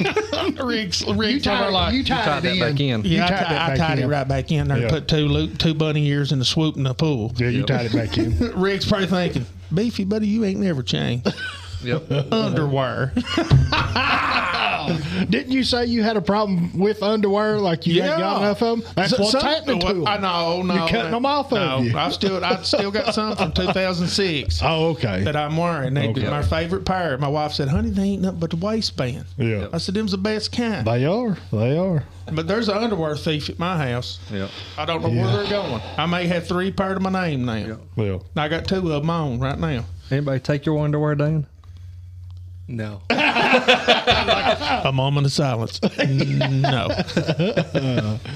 Speaker 1: Yeah. Rick's, Rick's over like,
Speaker 6: you tied,
Speaker 3: Tied
Speaker 6: it
Speaker 3: that
Speaker 6: in.
Speaker 3: back in.
Speaker 1: Yeah,
Speaker 2: You
Speaker 1: I,
Speaker 2: tied
Speaker 1: ti-
Speaker 2: that
Speaker 1: I
Speaker 2: back
Speaker 1: tied it
Speaker 2: in.
Speaker 1: right back in there.
Speaker 2: Yeah.
Speaker 1: and Put two lu- two bunny ears and a swoop in the pool.
Speaker 2: yeah, you tied it back in.
Speaker 1: Rick's probably thinking, "Beefy buddy, you ain't never changed
Speaker 3: Yep.
Speaker 1: underwear."
Speaker 2: Didn't you say you had a problem with underwear? Like you ain't got
Speaker 1: Yeah.
Speaker 2: enough of them? That's
Speaker 1: So-
Speaker 2: what's
Speaker 1: some-
Speaker 2: happening to
Speaker 1: well,
Speaker 2: 'em.
Speaker 1: I know, no,
Speaker 2: You're cutting
Speaker 1: no.
Speaker 2: 'em off of
Speaker 1: no,
Speaker 2: you.
Speaker 1: I've still, I still got some from 2006
Speaker 2: Oh, okay.
Speaker 1: that I'm wearing. They,
Speaker 2: Okay.
Speaker 1: My favorite pair. My wife said, "Honey, they ain't nothing but the waistband."
Speaker 2: yeah.
Speaker 1: I said, "Them's the best kind."
Speaker 2: They are. They are.
Speaker 1: But there's an underwear thief at my house.
Speaker 3: Yep.
Speaker 1: I don't know where they're going. I may have three pair to my name now.
Speaker 2: Well,
Speaker 1: I got two of them on right now.
Speaker 3: Anybody take your underwear down?
Speaker 1: No.
Speaker 2: Oh.
Speaker 1: a moment of silence. No.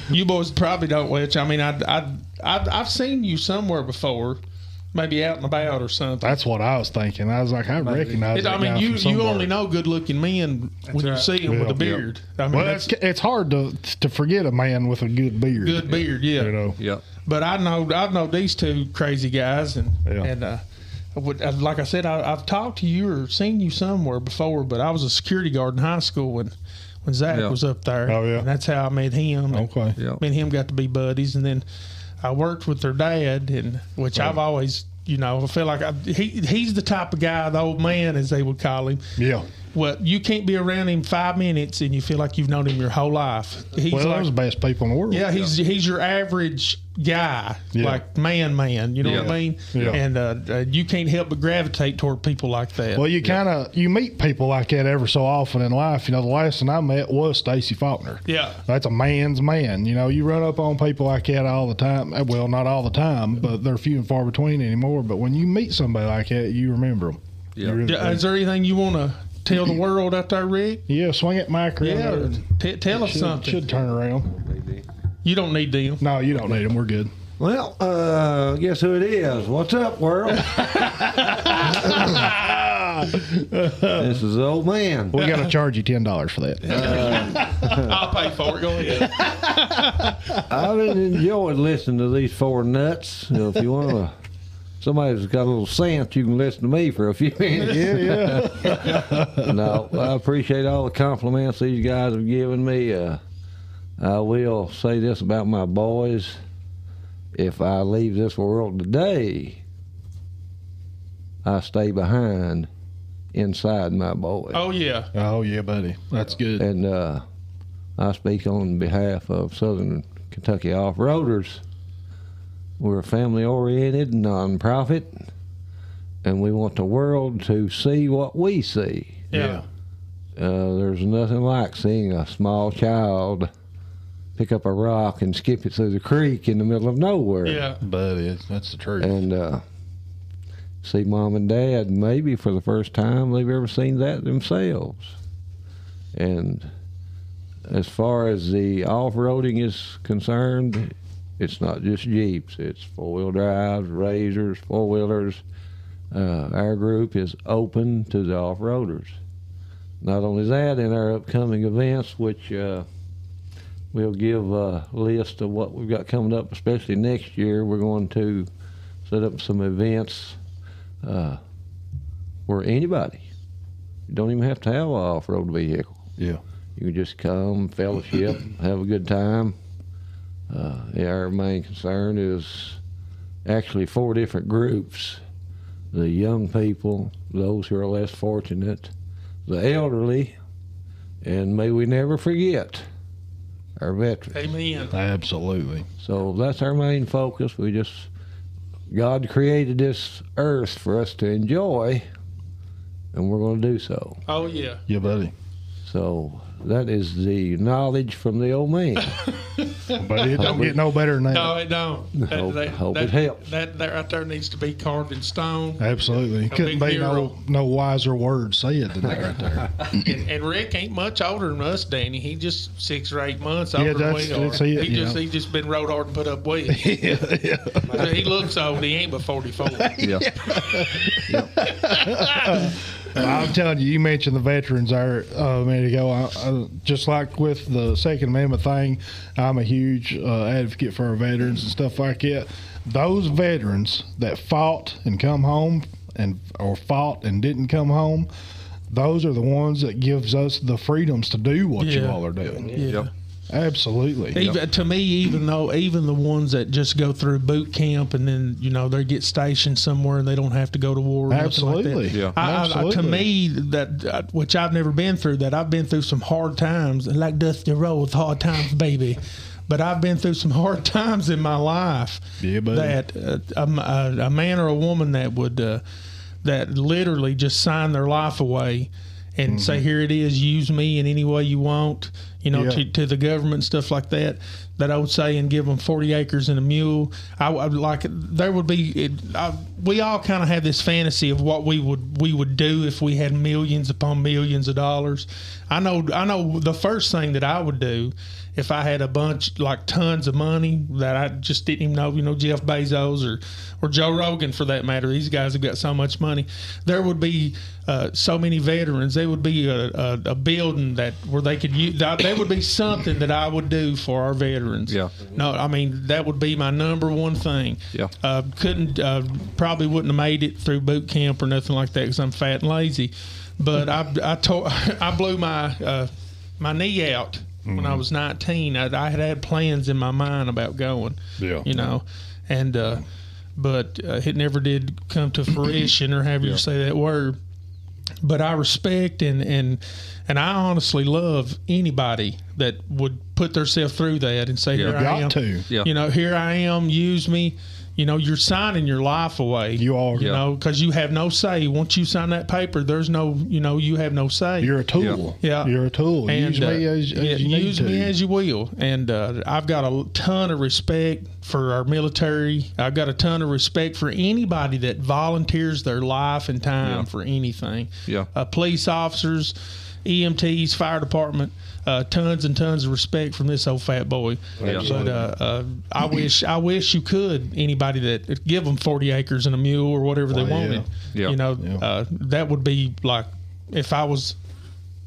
Speaker 1: you boys probably don't, which, I mean, I, I, I, I've seen you somewhere before, maybe out and about or something.
Speaker 2: that's what I was thinking. I was like, I recognize.
Speaker 1: It-
Speaker 2: that
Speaker 1: I mean,
Speaker 2: guy
Speaker 1: you,
Speaker 2: from
Speaker 1: you
Speaker 2: somewhere.
Speaker 1: only know good looking men when you right. see them with
Speaker 2: Yeah.
Speaker 1: a beard. I mean,
Speaker 2: Well,
Speaker 1: that's
Speaker 2: it's, it's hard to to forget a man with a good beard.
Speaker 1: good beard, yeah.
Speaker 2: you know.
Speaker 3: Yep.
Speaker 1: But I know I know these two crazy guys, and
Speaker 2: Yeah.
Speaker 1: and uh, I would, uh, like I said, I, I've talked to you or seen you somewhere before, but I was a security guard in high school when when Zach
Speaker 3: Yeah.
Speaker 1: was up there.
Speaker 2: Oh, yeah.
Speaker 1: and that's how I met him. and
Speaker 2: Okay.
Speaker 3: Yep.
Speaker 1: Me and him got to be buddies, and then I worked with their dad, and which I've always. You know, I feel like I, he he's the type of guy, the old man, as they would call him.
Speaker 2: Yeah.
Speaker 1: Well, you can't be around him five minutes and you feel like you've known him your whole life. He's
Speaker 2: Well,
Speaker 1: like
Speaker 2: those are the best people in the world.
Speaker 1: yeah, he's he's your average guy,
Speaker 2: Yeah.
Speaker 1: like man, man. You know what
Speaker 3: Yeah.
Speaker 1: I mean?
Speaker 2: Yeah.
Speaker 1: And uh, uh, you can't help but gravitate toward people like that.
Speaker 2: Well, you kind of you meet people like that ever so often in life. You know, the last one I met was Stacy Faulkner.
Speaker 1: yeah,
Speaker 2: That's a man's man. You know, you run up on people like that all the time. Eh, Well, not all the time, but they're few and far between anymore. But when you meet somebody like that, you remember them.
Speaker 3: Yeah.
Speaker 1: yeah. Is there anything you want to tell the world out there, Rick?
Speaker 2: yeah, swing it, Mike. around
Speaker 1: Yeah,
Speaker 2: there.
Speaker 1: or t- tell us
Speaker 2: should,
Speaker 1: something.
Speaker 2: should turn around.
Speaker 1: You don't need them.
Speaker 2: No, you don't need them. We're good.
Speaker 7: Well, uh, guess who it is? What's up, world? this is old man.
Speaker 2: We got to charge you ten dollars for that.
Speaker 1: I'll pay for it. Go ahead.
Speaker 7: I've been enjoying listening to these four nuts. You know, if you want to, somebody's got a little sense, you can listen to me for a few minutes.
Speaker 2: yeah, yeah.
Speaker 7: no, I appreciate all the compliments these guys have given me. Uh, I will say this about my boys. If I leave this world today, I stay behind inside my boys.
Speaker 1: Oh yeah,
Speaker 2: Oh yeah, buddy. That's good.
Speaker 7: And uh, I speak on behalf of Southern Kentucky Off Roaders. We're a family oriented nonprofit, and we want the world to see what we see.
Speaker 1: Yeah.
Speaker 7: Uh, there's nothing like seeing a small child pick up a rock and skip it through the creek in the middle of nowhere.
Speaker 1: Yeah.
Speaker 8: But it's, that's the truth.
Speaker 7: And uh, see mom and dad, maybe for the first time they've ever seen that themselves. And as far as the off roading is concerned, it's not just Jeeps, it's four wheel drives, razors, four wheelers. Uh, our group is open to the off roaders. Not only that, in our upcoming events, which uh, we'll give a list of what we've got coming up, especially next year, we're going to set up some events uh, where anybody you don't even have to have an off-road vehicle.
Speaker 8: Yeah.
Speaker 7: You can just come, fellowship, have a good time. Uh, yeah, our main concern is actually four different groups: the young people, those who are less fortunate, the elderly, and may we never forget our veterans.
Speaker 1: Amen.
Speaker 8: Absolutely.
Speaker 7: So that's our main focus. We just, God created this earth for us to enjoy, and we're going to do so.
Speaker 1: Oh yeah.
Speaker 8: Yeah, buddy.
Speaker 7: So that is the knowledge from the old man.
Speaker 2: But it don't get no better than that.
Speaker 1: No, it don't. That,
Speaker 7: Hope-
Speaker 1: that,
Speaker 7: hope
Speaker 1: that,
Speaker 7: it helps.
Speaker 1: That, that right there needs to be carved in stone.
Speaker 2: Absolutely. Couldn't
Speaker 1: big
Speaker 2: be no,
Speaker 1: hero.
Speaker 2: no wiser word said than that right there.
Speaker 1: And, and Rick ain't much older than us, Danny. He just six or eight months older than
Speaker 2: that's-
Speaker 1: we are.
Speaker 2: that's it,
Speaker 1: he
Speaker 2: you
Speaker 1: just
Speaker 2: know.
Speaker 1: he just been rode hard and put up with. yeah, He looks old. He ain't but forty four.
Speaker 3: Yeah.
Speaker 2: I'm telling you, you mentioned the veterans there uh, a minute ago. I, I, just like with the Second Amendment thing, I'm a huge uh, advocate for our veterans and stuff like that. Those veterans that fought and come home and or fought and didn't come home, those are the ones that gives us the freedoms to do what you
Speaker 1: Yeah.
Speaker 2: all are doing.
Speaker 1: Yeah.
Speaker 2: Absolutely.
Speaker 1: Even, to me, even though even the ones that just go through boot camp and then you know they get stationed somewhere and they don't have to go to war. Or nothing
Speaker 2: Absolutely.
Speaker 1: Like that.
Speaker 2: Yeah.
Speaker 1: I, I, I, to
Speaker 2: Absolutely.
Speaker 1: me, that uh, which I've never been through. That I've been through some hard times, and like Dusty Rhodes, hard times, baby. But I've been through some hard times in my life.
Speaker 2: Yeah, buddy.
Speaker 1: That uh, a, a, a man or a woman that would uh, that literally just sign their life away. And say, here it is. Use me in any way you want. You know,
Speaker 2: Yeah.
Speaker 1: to, to the government stuff like that that old saying give them 40 acres and a mule i would like there would be it, I, we all kind of have this fantasy of what we would we would do if we had millions upon millions of dollars i know i know the first thing that i would do if i had a bunch like tons of money that i just didn't even know you know jeff bezos or or joe rogan for that matter these guys have got so much money there would be uh, so many veterans there would be a, a, a building that where they could use that there would be something that i would do for our veterans
Speaker 3: Yeah.
Speaker 1: no i mean that would be my number one thing
Speaker 3: Yeah.
Speaker 1: uh, couldn't uh, probably wouldn't have made it through boot camp or nothing like that because i'm fat and lazy but i i tore, i blew my uh, my knee out when
Speaker 2: Mm-hmm.
Speaker 1: i was 19 I, I had had plans in my mind about going
Speaker 8: Yeah.
Speaker 1: you know, and uh, but uh, it never did come to fruition or however you say that word. But I respect and and and I honestly love anybody that would put themselves through that and say, "Here I
Speaker 2: got
Speaker 1: am."
Speaker 2: to.
Speaker 3: Yeah.
Speaker 1: You know, here I am. Use me. You know, you're signing your life away.
Speaker 2: You are.
Speaker 1: You
Speaker 3: Yeah.
Speaker 1: know, because you have no say. Once you sign that paper, there's no. You know, you have no say.
Speaker 2: You're a tool.
Speaker 1: Yeah.
Speaker 2: You're a tool.
Speaker 1: And,
Speaker 2: use
Speaker 1: uh,
Speaker 2: me as,
Speaker 1: yeah,
Speaker 2: as you need
Speaker 1: use
Speaker 2: to.
Speaker 1: me as you will. And uh, I've got a ton of respect for our military. I've got a ton of respect for anybody that volunteers their life and time for anything.
Speaker 3: Yeah.
Speaker 1: Uh, police officers, EMTs, fire department. Uh, tons and tons of respect from this old fat boy. But uh, uh, I wish I wish you could anybody that give them forty acres and a mule or whatever they
Speaker 2: Well, yeah.
Speaker 1: wanted.
Speaker 3: Yeah.
Speaker 1: You know
Speaker 2: Yeah.
Speaker 1: uh, that would be like if I was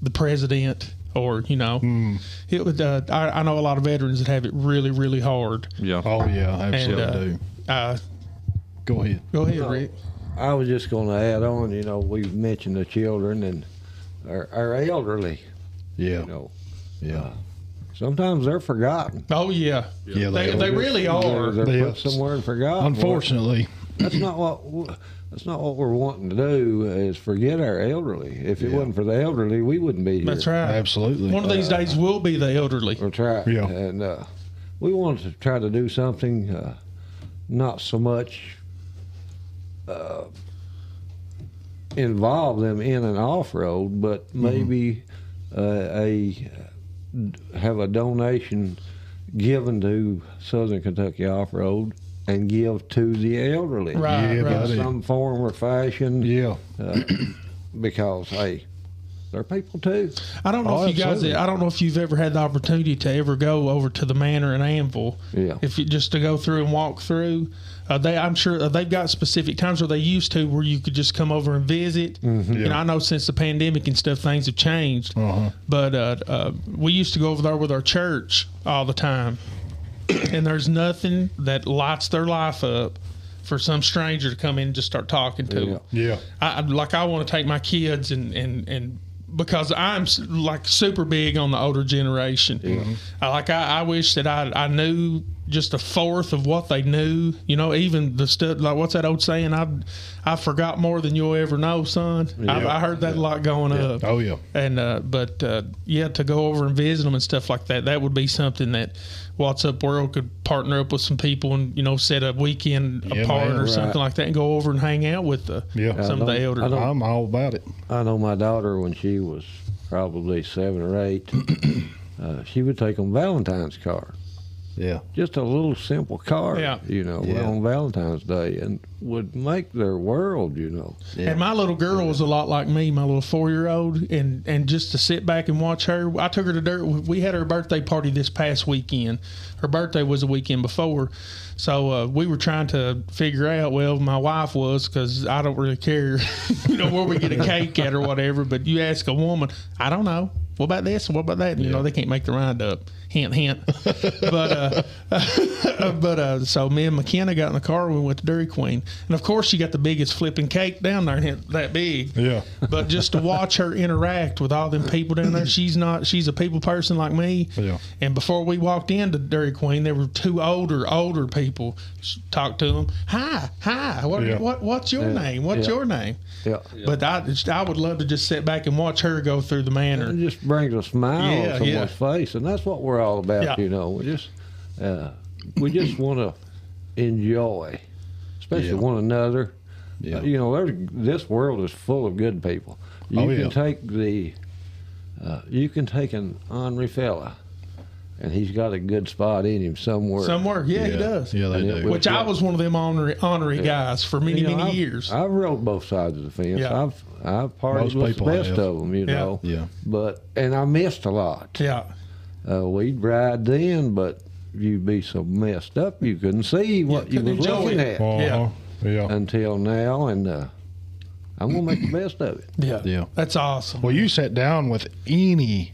Speaker 1: the president or you know
Speaker 2: Hmm.
Speaker 1: it would uh, I, I know a lot of veterans that have it really really hard
Speaker 3: Yeah.
Speaker 2: Oh yeah,
Speaker 1: and
Speaker 2: absolutely
Speaker 1: uh,
Speaker 2: do.
Speaker 1: uh,
Speaker 2: Go ahead.
Speaker 1: go ahead Rick
Speaker 7: I was just going to add on, you know, we've mentioned the children and our, our elderly,
Speaker 2: Yeah,
Speaker 7: you know.
Speaker 2: yeah,
Speaker 7: Sometimes they're forgotten.
Speaker 1: oh yeah
Speaker 2: yeah.
Speaker 1: they,
Speaker 2: they-
Speaker 1: they really
Speaker 7: They're,
Speaker 1: are
Speaker 7: they're
Speaker 2: They-
Speaker 7: put somewhere and forgotten.
Speaker 2: unfortunately,
Speaker 7: That's not what that's not what we're wanting to do is forget our elderly. If it wasn't for the elderly, we wouldn't be here.
Speaker 1: that's right
Speaker 2: absolutely.
Speaker 1: one of these days we'll be the elderly
Speaker 7: That's right.
Speaker 2: Yeah.
Speaker 7: And uh, we wanted to try to do something, uh, not so much uh, involve them in an off-road,
Speaker 2: Mm-hmm.
Speaker 7: but maybe uh, a have a donation given to Southern Kentucky Off-Road and give to the elderly
Speaker 1: Right,
Speaker 2: Yeah,
Speaker 1: right.
Speaker 7: in
Speaker 2: buddy.
Speaker 7: some form or fashion
Speaker 2: Yeah.
Speaker 7: because hey, they're people too.
Speaker 1: I don't know
Speaker 7: Oh,
Speaker 1: if you guys.
Speaker 7: absolutely.
Speaker 1: I don't know if you've ever had the opportunity to ever go over to the Manor in Anvil.
Speaker 7: Yeah.
Speaker 1: If you just to go through and walk through, uh, they I'm sure uh, they've got specific times where they used to where you could just come over and visit.
Speaker 7: Mm-hmm.
Speaker 1: You know, I know since the pandemic and stuff, things have changed.
Speaker 2: Uh-huh.
Speaker 1: But uh, uh, we used to go over there with our church all the time, and there's nothing that lights their life up for some stranger to come in and just start talking to. 'em.
Speaker 7: Yeah.
Speaker 2: Yeah.
Speaker 1: I, I- like I want to take my kids and and and because I'm s- like super big on the older generation. I, like I, I wish that I I knew just a fourth of what they knew. You know, even the stuff like what's that old saying? I I forgot more than you'll ever know, son. I, I heard that a lot going up.
Speaker 2: Oh, yeah.
Speaker 1: And uh, but uh, yeah, to go over and visit them and stuff like that, that would be something that What's Up World could partner up with some people and you know set a weekend
Speaker 2: Yeah,
Speaker 1: apart
Speaker 2: man.
Speaker 1: or something like that, and go over and hang out with the
Speaker 2: Yeah.
Speaker 1: some of
Speaker 7: I
Speaker 1: the
Speaker 7: don't-
Speaker 1: elder.
Speaker 7: I don't-
Speaker 2: I'm all about it.
Speaker 7: I know my daughter when she was probably seven or eight, uh, she would take on Valentine's car,
Speaker 9: Yeah.
Speaker 7: just a little simple car,
Speaker 1: Yeah.
Speaker 7: you know,
Speaker 9: Yeah.
Speaker 7: on Valentine's Day, and would make their world, you know.
Speaker 1: And my little girl was a lot like me, my little four year old, and and just to sit back and watch her. I took her to dirt. We had her birthday party this past weekend. Her birthday was the weekend before, so uh, we were trying to figure out. Well, my wife was because I don't really care, you know, where we get a cake at or whatever. But you ask a woman, I don't know. What about this? What about that? You know, they can't make the round up. Hint, hint. but uh, but uh, so me and McKenna got in the car. We went to Dairy Queen, and of course, she got the biggest flipping cake down there, and it- that big.
Speaker 2: Yeah.
Speaker 1: But just to watch her interact with all them people down there, she's not. She's a people person like me.
Speaker 2: Yeah.
Speaker 1: And before we walked into Dairy Queen, there were two older older people. She talked to them. Hi, hi. What,
Speaker 2: Yeah.
Speaker 1: what what's your name? What's
Speaker 7: Yeah.
Speaker 1: your name?
Speaker 7: Yeah.
Speaker 1: But I just- I would love to just sit back and watch her go through the
Speaker 7: It
Speaker 1: manor.
Speaker 7: just brings a smile
Speaker 1: Yeah,
Speaker 7: on someone's face, and that's what we're all about,
Speaker 1: Yeah.
Speaker 7: you know. We just, uh, we just want to enjoy, especially
Speaker 9: Yeah.
Speaker 7: one another.
Speaker 9: Yeah.
Speaker 7: Uh, you know, there's- this world is full of good people. You
Speaker 2: Oh,
Speaker 7: can
Speaker 2: yeah.
Speaker 7: take the, uh, you can take an Henri fella, and he's got a good spot in him somewhere.
Speaker 1: Somewhere, yeah, he does.
Speaker 9: Yeah, they
Speaker 7: And it
Speaker 9: do.
Speaker 7: would-
Speaker 1: Which I was one of them honorary, honorary guys for many,
Speaker 7: You know,
Speaker 1: many
Speaker 7: I've-
Speaker 1: years.
Speaker 7: I've rode both sides of the fence.
Speaker 1: Yeah.
Speaker 7: I've I've partied
Speaker 9: Most
Speaker 7: with the
Speaker 9: people
Speaker 7: best
Speaker 9: have.
Speaker 7: of them, you
Speaker 1: Yeah.
Speaker 7: know.
Speaker 9: Yeah.
Speaker 7: But and I missed a lot.
Speaker 1: yeah.
Speaker 7: Uh, we'd ride then, but you'd be so messed up you couldn't see what you
Speaker 1: couldn't
Speaker 7: was
Speaker 1: enjoy
Speaker 7: looking
Speaker 1: it.
Speaker 7: at
Speaker 2: Uh-huh. Yeah.
Speaker 7: until now, and uh, I'm gonna make the best of it.
Speaker 1: Yeah.
Speaker 9: Yeah.
Speaker 1: That's awesome.
Speaker 9: Well, you sit down with any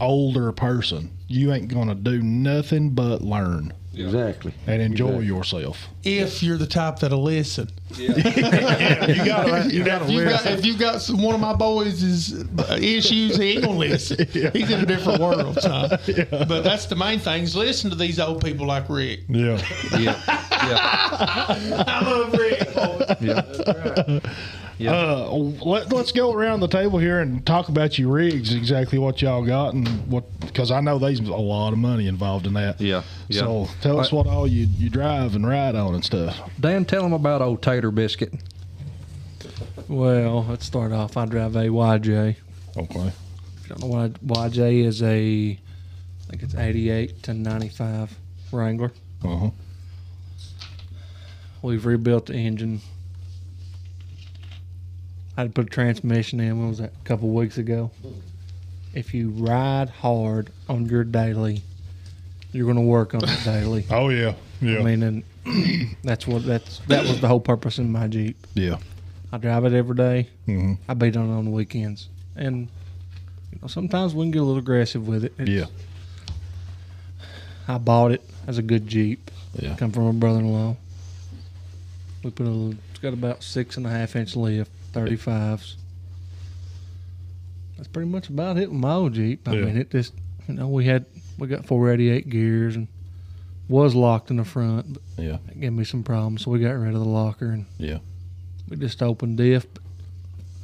Speaker 9: older person, you ain't gonna do nothing but learn
Speaker 7: Exactly.
Speaker 9: and enjoy
Speaker 7: Exactly.
Speaker 9: yourself.
Speaker 1: if you're the type that'll listen.
Speaker 2: You got to You got to
Speaker 1: If you got, if you got some, one of my boys is uh, issues, he ain't gonna listen. He's in a different world, son. But that's the main thing: is listen to these old people like Rick.
Speaker 2: Yeah.
Speaker 3: Yeah. Yeah.
Speaker 1: I love Rick.
Speaker 2: Uh, let, let's go around the table here and talk about your rigs, exactly what y'all got and what, because I know there's a lot of money involved in that.
Speaker 3: Yeah, yeah.
Speaker 2: So tell us what all you, you drive and ride on and stuff.
Speaker 3: Dan, tell them about old Tater Biscuit.
Speaker 5: Well, let's start off. I drive a YJ.
Speaker 2: Okay.
Speaker 5: If you don't know what a YJ is, a I think it's 88 to 95 Wrangler.
Speaker 2: Uh huh.
Speaker 5: We've rebuilt the engine. I had to put a transmission in. When was that? A couple weeks ago. If you ride hard on your daily, you're going to work on it daily.
Speaker 2: Oh, yeah. Yeah.
Speaker 5: I mean, and that's what that's that was the whole purpose in my Jeep.
Speaker 2: yeah.
Speaker 5: I drive it every day.
Speaker 2: Mm-hmm.
Speaker 5: I beat on it on the weekends, and you know sometimes we can get a little aggressive with it. It's-
Speaker 2: Yeah.
Speaker 5: I bought it as a good Jeep.
Speaker 9: Yeah.
Speaker 5: Come from a brother-in-law. We put a little. It's got about six and a half inch lift, thirty fives. That's pretty much about it with my old Jeep. I
Speaker 2: Yeah.
Speaker 5: mean, it just you know we had we got four eighty-eight gears and was locked in the front, but
Speaker 9: Yeah.
Speaker 5: it gave me some problems, so we got rid of the locker and
Speaker 9: Yeah.
Speaker 5: we just opened diff.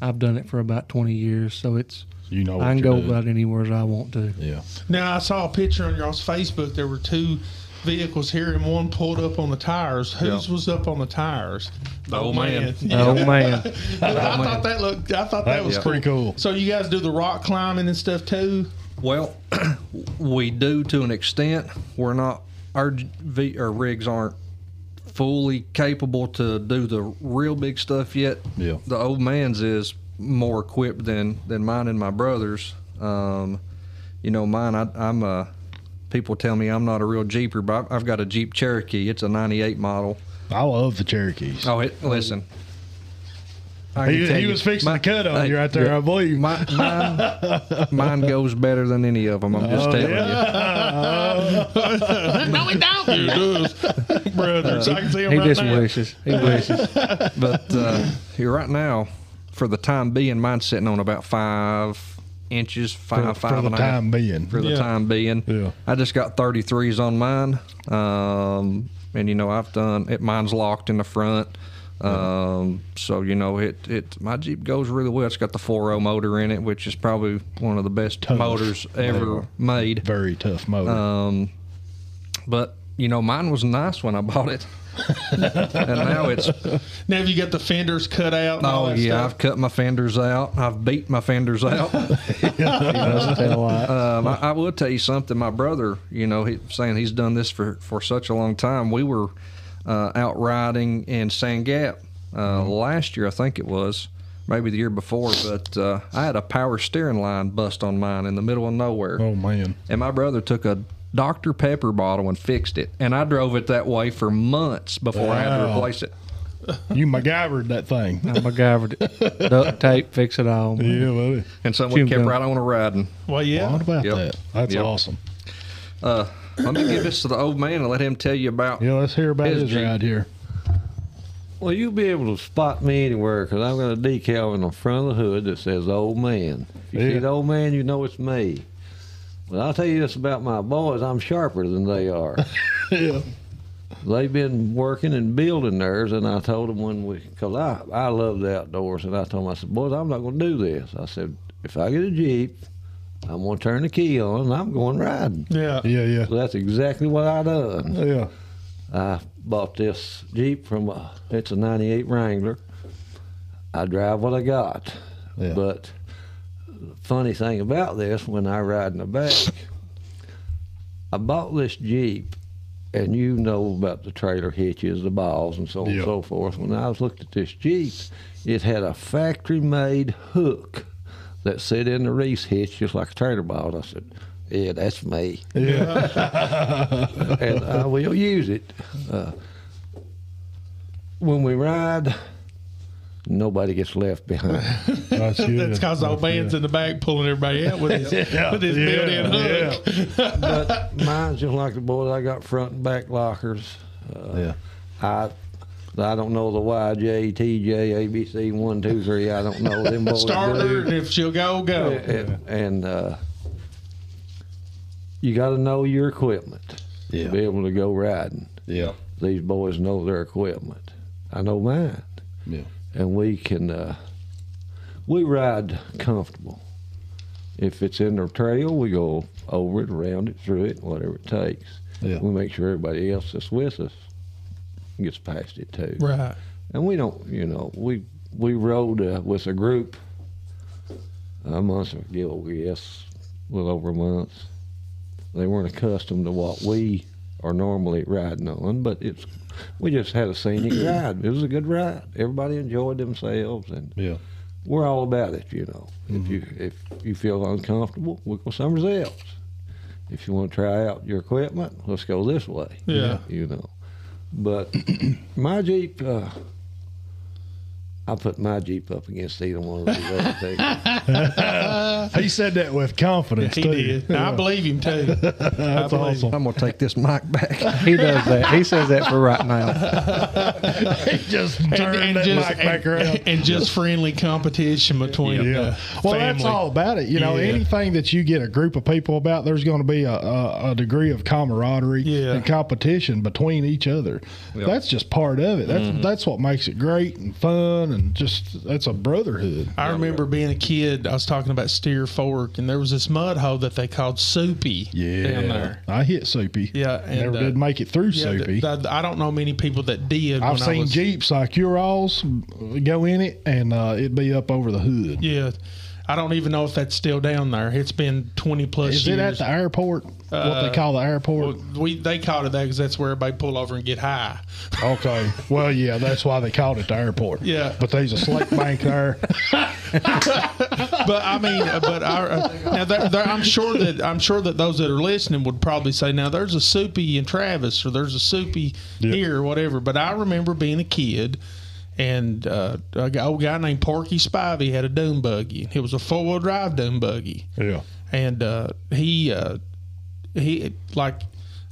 Speaker 5: I've done it for about twenty years, so it's
Speaker 9: You know. What
Speaker 5: I can
Speaker 9: you're
Speaker 5: go
Speaker 9: doing.
Speaker 5: about anywhere I want to.
Speaker 9: Yeah.
Speaker 1: Now I saw a picture on y'all's Facebook. There were two vehicles here, and one pulled up on the tires. Whose was up on the tires?
Speaker 3: The old man.
Speaker 7: Oh man,
Speaker 1: I thought that looked. I thought that, was
Speaker 3: yeah.
Speaker 1: pretty
Speaker 2: Pretty
Speaker 1: cool.
Speaker 2: cool.
Speaker 1: So you guys do the rock climbing and stuff too?
Speaker 3: Well, we do to an extent. We're not our v, our rigs aren't fully capable to do the real big stuff yet.
Speaker 8: Yeah.
Speaker 3: The old man's is more equipped than than mine and my brother's. Um, you know, mine. I, I'm a. People tell me I'm not a real jeeper, but I've- I've got a Jeep Cherokee. It's a '98 model.
Speaker 8: I love the Cherokees.
Speaker 3: Oh, it, listen. I can
Speaker 2: He,
Speaker 3: tell
Speaker 2: he
Speaker 3: you-
Speaker 2: was fixing
Speaker 3: my-
Speaker 2: the cut on
Speaker 3: hey,
Speaker 2: you right there, I believe.
Speaker 3: my, mine, mine goes better than any of them. I'm
Speaker 2: Oh,
Speaker 3: just telling
Speaker 1: no, it don't. It does, brothers. I can see him
Speaker 7: he
Speaker 1: right
Speaker 7: just
Speaker 1: now.
Speaker 7: wishes. He wishes.
Speaker 3: you. But uh, here right now, for the time being, mine's sitting on about five inches,
Speaker 8: For,
Speaker 3: five,
Speaker 8: for
Speaker 3: five
Speaker 8: the
Speaker 3: and a half.
Speaker 8: time being.
Speaker 3: For the
Speaker 1: Yeah.
Speaker 3: time being,
Speaker 8: Yeah.
Speaker 3: I just got 33s on mine, um, and you know I've done it. Mine's locked in the front, um, so you know it. It my Jeep goes really well. It's got the 4.0 motor in it, which is probably one of the best
Speaker 8: Tough.
Speaker 3: motors ever made.
Speaker 8: Very tough motor.
Speaker 3: Um, but you know, mine was nice when I bought it, and now it's
Speaker 1: Now have you got the fenders cut out? And all
Speaker 3: oh
Speaker 1: that
Speaker 3: yeah,
Speaker 1: stuff?
Speaker 3: I've cut my fenders out, I've beat my fenders out. um, I, I will tell you something. My brother, you know, he saying he's done this for for such a long time. We were uh, out riding in Sand Gap uh, last year, I think it was. Maybe the year before, but uh, I had a power steering line bust on mine in the middle of nowhere
Speaker 8: oh man.
Speaker 3: and my brother took a Dr. Pepper bottle and fixed it. And I drove it that way for months before I had to
Speaker 8: Wow.
Speaker 3: replace it.
Speaker 8: You MacGyvered that thing.
Speaker 4: I MacGyvered it. Duct tape, fix it all.
Speaker 8: yeah, buddy.
Speaker 3: And someone
Speaker 4: Jim
Speaker 3: kept
Speaker 4: Gum.
Speaker 3: right on riding.
Speaker 1: Well, yeah.
Speaker 8: What about
Speaker 3: Yep.
Speaker 8: that? That's
Speaker 3: Yep.
Speaker 8: awesome.
Speaker 3: Uh, let me give this to the old man and let him tell you about.
Speaker 8: Yeah, let's hear about
Speaker 3: His
Speaker 8: his
Speaker 3: Jeep.
Speaker 8: ride here.
Speaker 7: well, you'll be able to spot me anywhere because I've got a decal in the front of the hood that says "Old Man." If you see
Speaker 8: Yeah.
Speaker 7: the old man, you know it's me. But I'll tell you this about my boys: I'm sharper than they are.
Speaker 8: Yeah.
Speaker 7: They've been working and building theirs, and I told them when we, because I, I love the outdoors, and I told them, I said, boys, I'm not going to do this. I said, if I get a Jeep, I'm going to turn the key on, and I'm going riding.
Speaker 1: Yeah.
Speaker 8: Yeah, yeah.
Speaker 7: So that's exactly what I done.
Speaker 8: Yeah.
Speaker 7: I bought this Jeep from a, it's a 98 Wrangler. I drive what I got.
Speaker 8: Yeah.
Speaker 7: But the funny thing about this, when I ride in the back, I bought this Jeep, and you know about the trailer hitches, the balls, and so on
Speaker 8: Yeah.
Speaker 7: and so forth. When I was looked at this Jeep, it had a factory made hook that sit in the reese hitch just like a trailer ball. And I said, yeah, that's me
Speaker 8: Yeah.
Speaker 7: and I will use it. Uh, when we ride, nobody gets left behind.
Speaker 8: That's good.
Speaker 1: That's because old man's in the back pulling everybody out with his
Speaker 8: Yeah,
Speaker 1: with his
Speaker 8: yeah,
Speaker 1: built-in
Speaker 8: yeah.
Speaker 1: hook.
Speaker 7: but mine's just like the boys. I got front and back lockers. Uh,
Speaker 8: Yeah.
Speaker 7: I I don't know the Y, J, T, J, A, B, C, one, two, three. I don't know them boys.
Speaker 1: Starter, and
Speaker 7: do.
Speaker 1: if she'll go, go.
Speaker 7: And, and uh, you got to know your equipment to be
Speaker 8: Yeah.
Speaker 7: able to go riding.
Speaker 8: Yeah.
Speaker 7: these boys know their equipment. I know mine.
Speaker 8: Yeah.
Speaker 7: And we can uh, we ride comfortable. If it's in the trail, we go over it, around it, through it, whatever it takes.
Speaker 8: Yeah.
Speaker 7: We make sure everybody else that's with us gets past it too.
Speaker 1: Right.
Speaker 7: And we don't, you know, we we rode uh, with a group a month ago, yes, a little over a month. They weren't accustomed to what we are normally riding on, but it's we just had a scenic ride. It was a good ride. Everybody enjoyed themselves, and
Speaker 8: Yeah.
Speaker 7: we're all about it, you know. If you if you feel uncomfortable, we go somewhere else. If you want to try out your equipment, let's go this way.
Speaker 1: Yeah.
Speaker 7: You know. But my Jeep uh I put my Jeep up against either one of these other things.
Speaker 8: He said that with confidence
Speaker 1: He
Speaker 8: too.
Speaker 1: did. I believe him too.
Speaker 8: That's awesome.
Speaker 3: I'm going to take this mic back.
Speaker 4: He does that. He says that for right now.
Speaker 8: he just
Speaker 1: And,
Speaker 8: turned
Speaker 1: and
Speaker 8: that
Speaker 1: just,
Speaker 8: mic back around.
Speaker 1: and, and just friendly competition between
Speaker 8: Yeah.
Speaker 1: uh,
Speaker 8: well,
Speaker 1: family.
Speaker 8: that's all about it. You know,
Speaker 1: Yeah.
Speaker 8: anything that you get a group of people about, there's going to be a, a, a degree of camaraderie
Speaker 1: Yeah.
Speaker 8: and
Speaker 1: Mm-hmm.
Speaker 8: competition between each other. That's just part of it. That's that's what makes it great and fun and
Speaker 2: and just that's a brotherhood.
Speaker 1: I remember being a kid. I was talking about Steer Fork, and there was this mud hole that they called Soupy down there.
Speaker 2: I hit Soupy.
Speaker 1: Yeah, and,
Speaker 2: never
Speaker 1: uh,
Speaker 2: did make it through
Speaker 1: Yeah,
Speaker 2: Soupy.
Speaker 1: th- th- I don't know many people that did.
Speaker 2: I've
Speaker 1: when I
Speaker 2: seen
Speaker 1: was-
Speaker 2: Jeeps like your all's go in it and uh, it'd be up over the hood.
Speaker 1: Yeah, I don't even know if that's still down there. It's been twenty plus
Speaker 2: Is
Speaker 1: years.
Speaker 2: it at the airport? what
Speaker 1: Uh,
Speaker 2: they call the airport?
Speaker 1: Well, we they called it that because that's where everybody pull over and get high.
Speaker 2: okay. Well, yeah, that's why they called it the airport.
Speaker 1: Yeah.
Speaker 2: But there's a slick bank there.
Speaker 1: But I mean, uh, but our, uh, now there, there, I'm sure that I'm sure that those that are listening would probably say, now there's a soupy in Travis or there's a soupy here or whatever. But I remember being a kid. And uh, a g- old guy named Porky Spivey had a dune buggy. and It was a four wheel drive dune buggy.
Speaker 2: Yeah.
Speaker 1: and uh, he uh, he like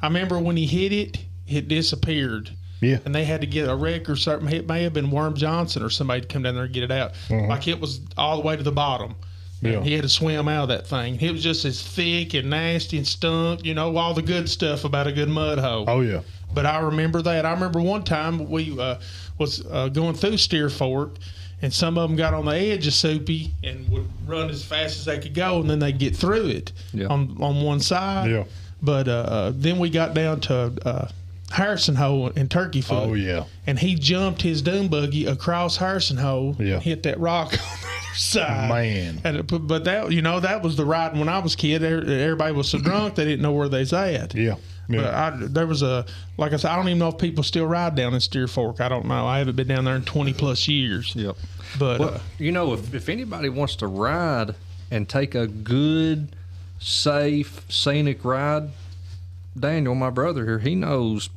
Speaker 1: I remember when he hit it, it disappeared.
Speaker 2: Yeah.
Speaker 1: And they had to get a wreck or something. It may have been Worm Johnson or somebody to come down there and get it out. Like it was all the way to the bottom.
Speaker 2: Mm-hmm. Yeah.
Speaker 1: He had to swim out of that thing. It was just as thick and nasty and stunk, you know, all the good stuff about a good mud hole.
Speaker 2: Oh yeah.
Speaker 1: But I remember that. I remember one time we uh, was uh, going through Steer Fork, and some of them got on the edge of Soupy and would run as fast as they could go, and then they get through it
Speaker 3: Yeah.
Speaker 1: on on one side.
Speaker 2: Yeah.
Speaker 1: But uh, uh, then we got down to uh, Harrison Hole and Turkey Foot.
Speaker 2: Oh yeah.
Speaker 1: And he jumped his dune buggy across Harrison Hole,
Speaker 2: Yeah.
Speaker 1: and hit that rock on the other side.
Speaker 2: Man.
Speaker 1: And, it- but that you know that was the riding when I was a kid. er- Everybody was so drunk they didn't know where they was at.
Speaker 2: Yeah.
Speaker 1: But
Speaker 2: Yeah.
Speaker 1: I, there was a like I said, I don't even know if people still ride down in Steer Fork. I don't know. I haven't been down there in twenty plus years.
Speaker 3: Yep.
Speaker 1: But uh,
Speaker 3: Well, you know, if, if anybody wants to ride and take a good, safe, scenic ride, Daniel, my brother here, he knows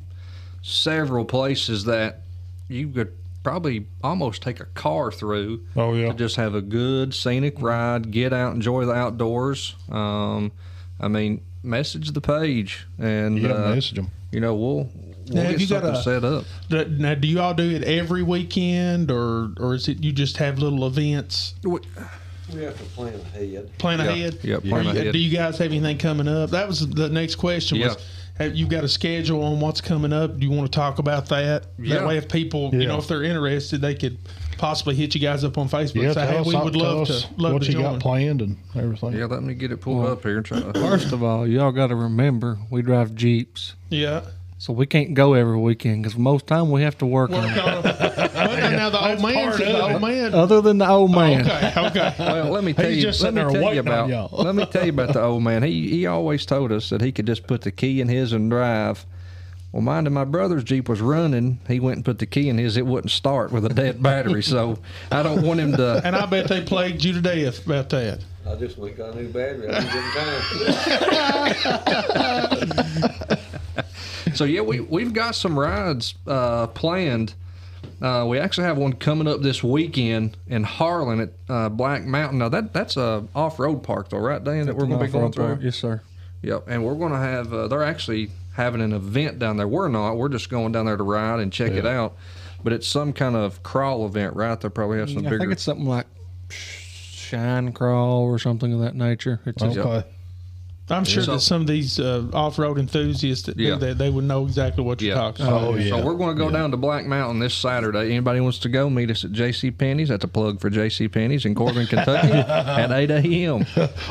Speaker 3: several places that you could probably almost take a car through.
Speaker 2: Oh, yeah.
Speaker 3: To just have a good scenic ride, get out, enjoy the outdoors. Um, I mean, message the page and
Speaker 2: yeah,
Speaker 3: uh,
Speaker 2: message 'em.
Speaker 3: you know we'll
Speaker 1: Now,
Speaker 3: we'll
Speaker 1: have
Speaker 3: get
Speaker 1: you got
Speaker 3: something
Speaker 1: a-
Speaker 3: set up.
Speaker 1: th- now, do you all do it every weekend, or or is it you just have little events?
Speaker 7: We have to plan ahead.
Speaker 1: Plan ahead.
Speaker 3: yeah,
Speaker 1: Are
Speaker 3: plan
Speaker 1: you-
Speaker 3: ahead.
Speaker 1: Do you guys have anything coming up? That was the next question. Was
Speaker 3: Yeah.
Speaker 1: have you got a schedule on what's coming up? Do you want to talk about that? That
Speaker 3: Yeah.
Speaker 1: way, if people you
Speaker 2: Yeah.
Speaker 1: know if they're interested, they could possibly hit you guys up on Facebook.
Speaker 2: Yeah,
Speaker 1: and say, hey,
Speaker 2: tell us,
Speaker 1: we would
Speaker 2: tell
Speaker 1: love
Speaker 2: us
Speaker 1: to love
Speaker 2: what
Speaker 1: to
Speaker 2: you
Speaker 1: join.
Speaker 2: got planned and everything.
Speaker 3: Yeah, let me get it pulled up here. and Try
Speaker 5: First of all, y'all got to remember we drive Jeeps.
Speaker 1: Yeah.
Speaker 5: So we can't go every weekend because most time we have to work on
Speaker 1: Work
Speaker 5: it.
Speaker 1: on 'em. But then now the old man,
Speaker 2: part of
Speaker 1: the
Speaker 2: it.
Speaker 1: old man.
Speaker 5: Other than the old man.
Speaker 1: Okay, okay.
Speaker 3: Well, let me tell
Speaker 2: He's
Speaker 3: you.
Speaker 2: just
Speaker 3: let
Speaker 2: sitting
Speaker 3: me
Speaker 2: there
Speaker 3: tell you
Speaker 2: waiting on
Speaker 3: about.
Speaker 2: y'all.
Speaker 3: let me tell you about the old man. He he always told us that he could just put the key in his and drive. Well, mind you, my brother's jeep was running. He went and put the key in his. It wouldn't start with a dead battery. So I don't want him to.
Speaker 1: And I bet they plagued you to death about that.
Speaker 7: I just went got a new battery. I didn't give him time.
Speaker 3: So yeah, we we've got some rides uh, planned. Uh, we actually have one coming up this weekend in Harlan at uh, Black Mountain. Now that that's a off-road park though, right, Dan? That we're going to be going
Speaker 5: Off-road
Speaker 3: through.
Speaker 5: park. Yes, sir.
Speaker 3: Yep, and we're going to have. Uh, they're actually having an event down there. We're not. We're just going down there to ride and check it out. But it's some kind of crawl event, right? They'll probably have some
Speaker 5: I
Speaker 3: bigger.
Speaker 5: think it's something like Shine Crawl or something of that nature. It's a-
Speaker 2: Okay.
Speaker 1: I'm sure that some of these uh, off-road enthusiasts that
Speaker 3: Yeah.
Speaker 1: do that, they would know exactly what you're
Speaker 3: Yeah.
Speaker 1: talking about.
Speaker 2: Oh yeah.
Speaker 3: So we're going to go down to Black Mountain this Saturday. Anybody wants to go, meet us at J.C. Penney's. That's a plug for J.C. Penney's in Corbin, Kentucky, at 8 a.m.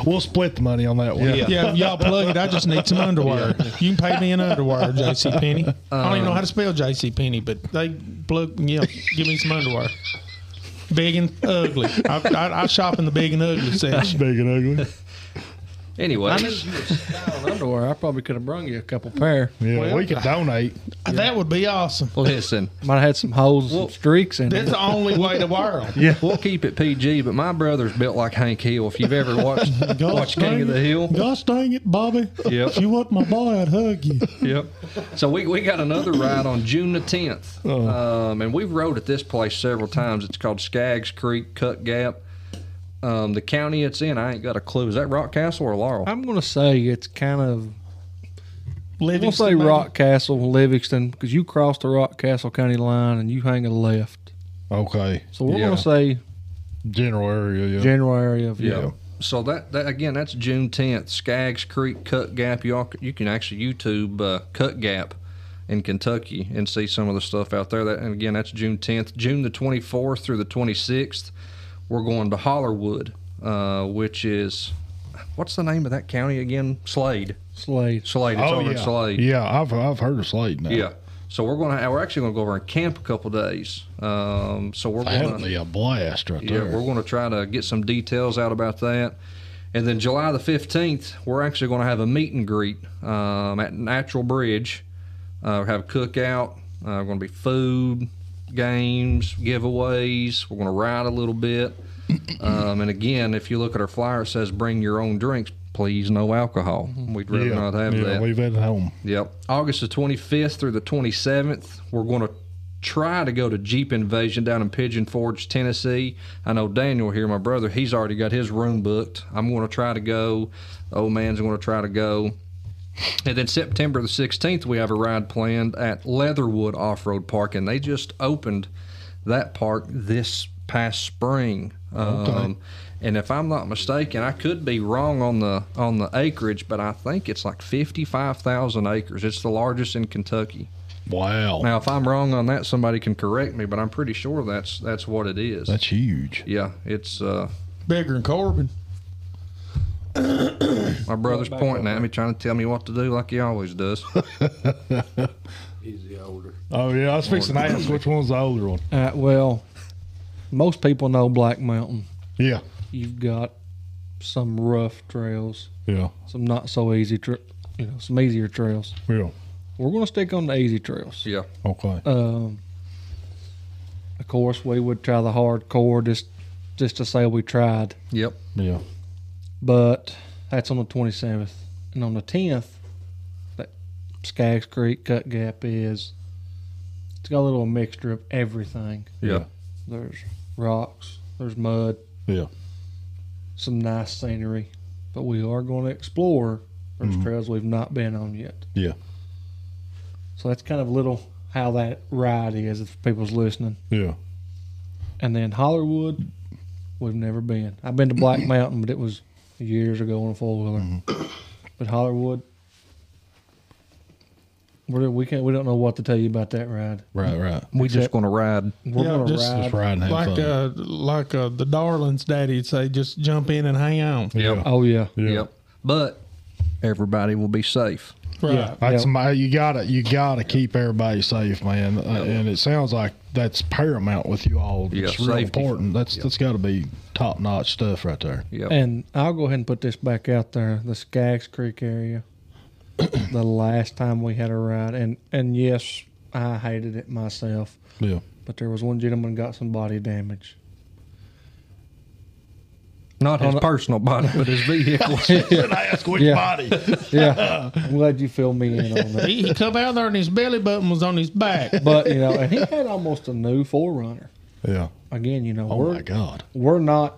Speaker 2: we'll split the money on that one.
Speaker 1: Yeah. y'all plug it. I just need some underwear. You can pay me in underwear, JC Penny. I don't even know how to spell JC Penny, but they plug. Yeah, give me some underwear. Big and ugly. I, I, I shop in the big and ugly section.
Speaker 2: Big and ugly.
Speaker 3: Anyway,
Speaker 5: on underwear. I probably could have brung you a couple pair.
Speaker 2: Yeah, we could donate.
Speaker 1: That would be awesome.
Speaker 3: listen,
Speaker 5: Might have had some holes, some streaks in
Speaker 1: That's
Speaker 5: it.
Speaker 1: the only way to wear 'em.
Speaker 3: we'll keep it PG, but my brother's built like Hank Hill. If you've ever watched, watched King of the Hill,
Speaker 10: Gosh dang it, Bobby.
Speaker 3: Yep.
Speaker 10: If you weren't my boy, I'd hug you.
Speaker 3: Yep. So we, we got another ride on June the 10th.
Speaker 2: Oh.
Speaker 3: Um, and we've rode at this place several times. It's called Skaggs Creek Cut Gap. Um, the county it's in, I ain't got a clue. Is that Rock Castle or Laurel?
Speaker 5: I'm going to say it's kind of. I'm going to
Speaker 1: Livingston,
Speaker 5: say
Speaker 1: maybe?
Speaker 5: Rock Castle, Livingston, because you cross the Rock Castle County line and you hang a left.
Speaker 2: Okay.
Speaker 5: So we're
Speaker 3: Yeah.
Speaker 5: going to say
Speaker 2: General area. Yeah.
Speaker 5: general area of
Speaker 3: Yeah. So that, that again, that's June 10th. Skaggs Creek Cut Gap. You all, c- you can actually YouTube uh, Cut Gap, in Kentucky and see some of the stuff out there. That and again, that's June 10th, June the 24th through the 26th. We're going to Hollerwood, uh, which is what's the name of that county again? Slade.
Speaker 5: Slade.
Speaker 3: Slade. It's
Speaker 2: Oh
Speaker 3: over in
Speaker 2: yeah,
Speaker 3: Slade.
Speaker 2: yeah. I've I've heard of Slade now.
Speaker 3: Yeah. So we're going to we're actually going to go over and camp a couple days. Um, so we're going
Speaker 8: That'd be a blast right there.
Speaker 3: yeah, we're going to try to get some details out about that. And then July the 15th, we're actually going to have a meet and greet um, at Natural Bridge. Uh, have a cookout. Uh, going to be food, games, giveaways. We're going to ride a little bit. Um, and again, if you look at our flyer, it says bring your own drinks. Please, no alcohol. We'd rather
Speaker 2: Mm-hmm. Yeah.
Speaker 3: not have
Speaker 2: yeah,
Speaker 3: that.
Speaker 2: Leave it at home.
Speaker 3: Yep. August the 25th through the 27th, we're going to try to go to Jeep Invasion down in Pigeon Forge, Tennessee. I know Daniel here, my brother, he's already got his room booked. I'm going to try to go. The old man's going to try to go. And then September the 16th, we have a ride planned at Leatherwood Off Road Park, and they just opened that park this past spring. Um, and if I'm not mistaken, I could be wrong on the on the acreage, but I think it's like 55,000 acres. It's the largest in Kentucky.
Speaker 8: Wow,
Speaker 3: Now, if I'm wrong on that, somebody can correct me, but I'm pretty sure that's that's what it is.
Speaker 8: that's huge.
Speaker 3: yeah, it's uh,
Speaker 11: Bigger than Corbin.
Speaker 3: my brother's pointing at me, trying to tell me what to do, like he always does.
Speaker 7: He's the older.
Speaker 2: Oh yeah, I was fixing to ask which one's the older one.
Speaker 5: Uh, well, most people know Black Mountain.
Speaker 2: Yeah,
Speaker 5: You've got some rough trails,
Speaker 2: yeah,
Speaker 5: some not so easy, tra- you know, some easier trails.
Speaker 2: yeah.
Speaker 5: We're going to stick on the easy trails.
Speaker 3: yeah,
Speaker 2: Okay.
Speaker 5: Um, of course, we would try the hardcore just just to say we tried,
Speaker 3: yep.
Speaker 2: Yeah.
Speaker 5: but that's on the 27th. And on the 10th, that Skaggs Creek Cut Gap is, it's got a little mixture of everything.
Speaker 3: Yeah.
Speaker 5: There's rocks, there's mud,
Speaker 2: Yeah.
Speaker 5: some nice scenery, but we are going to explore those trails we've not been on yet.
Speaker 2: Yeah.
Speaker 5: So that's kind of a little how that ride is if people's listening.
Speaker 2: Yeah.
Speaker 5: And then Hollywood, we've never been. I've been to Black Mountain, but it was years ago on a four wheeler.
Speaker 2: Mm-hmm.
Speaker 5: But Hollywood, we're, we can't. We don't know what to tell you about that ride.
Speaker 8: Right, right.
Speaker 3: We're just going to ride.
Speaker 5: We're
Speaker 11: Yeah,
Speaker 5: gonna
Speaker 11: just-
Speaker 5: ride.
Speaker 8: Just ride and have
Speaker 11: Like
Speaker 8: fun.
Speaker 11: uh, like uh, the Darlings' daddy'd say, just jump in and hang on.
Speaker 3: Yep.
Speaker 5: Oh yeah,
Speaker 2: Yeah.
Speaker 3: Yep. But everybody will be safe.
Speaker 11: Right.
Speaker 2: That's
Speaker 5: Yeah.
Speaker 2: my. You gotta. You gotta keep everybody safe, man. Uh, And it sounds like that's paramount with you all.
Speaker 3: Yeah,
Speaker 2: It's real
Speaker 3: safety.
Speaker 2: important. That's that's got to be top notch stuff right there.
Speaker 3: Yep.
Speaker 5: and I'll go ahead and put this back out there. The Skaggs Creek area. the last time we had a ride, and and yes, I hated it myself.
Speaker 2: Yeah.
Speaker 5: But there was one gentleman got some body damage.
Speaker 3: Not his
Speaker 5: on a-
Speaker 3: personal body, but his vehicle.
Speaker 2: Ask which
Speaker 5: Yeah.
Speaker 2: body.
Speaker 5: Yeah, I'm glad you filled me in on that.
Speaker 11: He, he come out there and his belly button was on his back.
Speaker 5: But you know, and he had almost a new forerunner.
Speaker 2: Yeah.
Speaker 5: Again, you know,
Speaker 2: Oh
Speaker 5: we're
Speaker 2: my God.
Speaker 5: we're not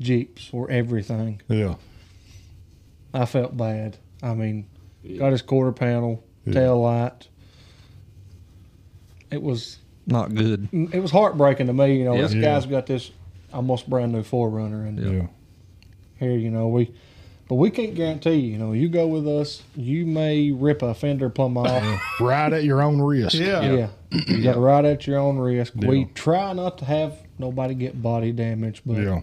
Speaker 5: Jeeps, we're everything.
Speaker 2: Yeah.
Speaker 5: I felt bad. I mean, got his quarter panel, tail light. It was
Speaker 3: Not good.
Speaker 5: it was heartbreaking to me, you know,
Speaker 3: Yeah.
Speaker 5: this guy's got this almost brand new forerunner and
Speaker 2: Yeah.
Speaker 5: here, you know, we but we can't guarantee, you know, you go with us, you may rip a fender plumb off.
Speaker 2: Right at your own risk.
Speaker 11: Yeah.
Speaker 5: Yeah. You got to ride at your own risk. We try not to have nobody get body damage, but
Speaker 2: Yeah.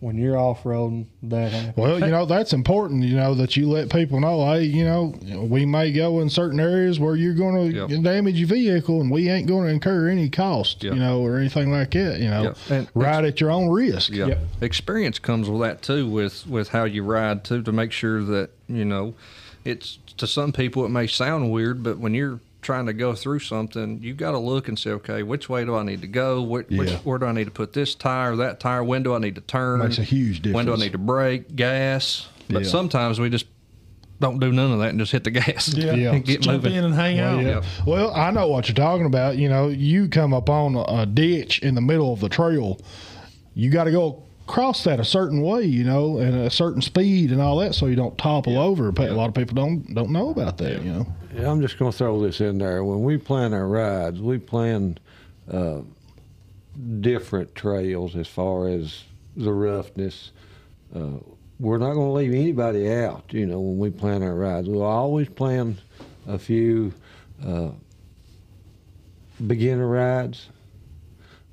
Speaker 5: when you're off roading, that happens.
Speaker 2: Well, you know that's important. You know that you let people know, hey, you know, we may go in certain areas where you're going to
Speaker 3: Yep.
Speaker 2: damage your vehicle, and we ain't going to incur any cost,
Speaker 3: Yep.
Speaker 2: you know, or anything like that. You know,
Speaker 3: Yep. And
Speaker 2: right at your own risk.
Speaker 3: Yeah. Experience comes with that too, with with how you ride too, to make sure that you know, it's to some people it may sound weird, but when you're trying to go through something, you got to look and say, okay, which way do I need to go? Which, which
Speaker 2: Yeah.
Speaker 3: where do I need to put this tire, that tire? When do I need to turn?
Speaker 2: Makes a huge
Speaker 3: When do I
Speaker 2: difference.
Speaker 3: need to brake? Gas. But
Speaker 2: Yeah.
Speaker 3: sometimes we just don't do none of that and just hit the gas.
Speaker 11: Yeah.
Speaker 2: Yeah.
Speaker 3: And get
Speaker 11: Jump
Speaker 3: moving.
Speaker 11: in and hang out.
Speaker 3: Yeah.
Speaker 2: Well, I know what you're talking about. You know, you come up on a ditch in the middle of the trail, you got to go across that a certain way, you know, and a certain speed and all that, so you don't topple over. But a lot of people don't don't know about that. You know,
Speaker 7: Yeah, I'm just going to throw this in there. When we plan our rides, we plan uh, different trails as far as the roughness. Uh, we're not going to leave anybody out, you know, when we plan our rides. We'll always plan a few uh, beginner rides.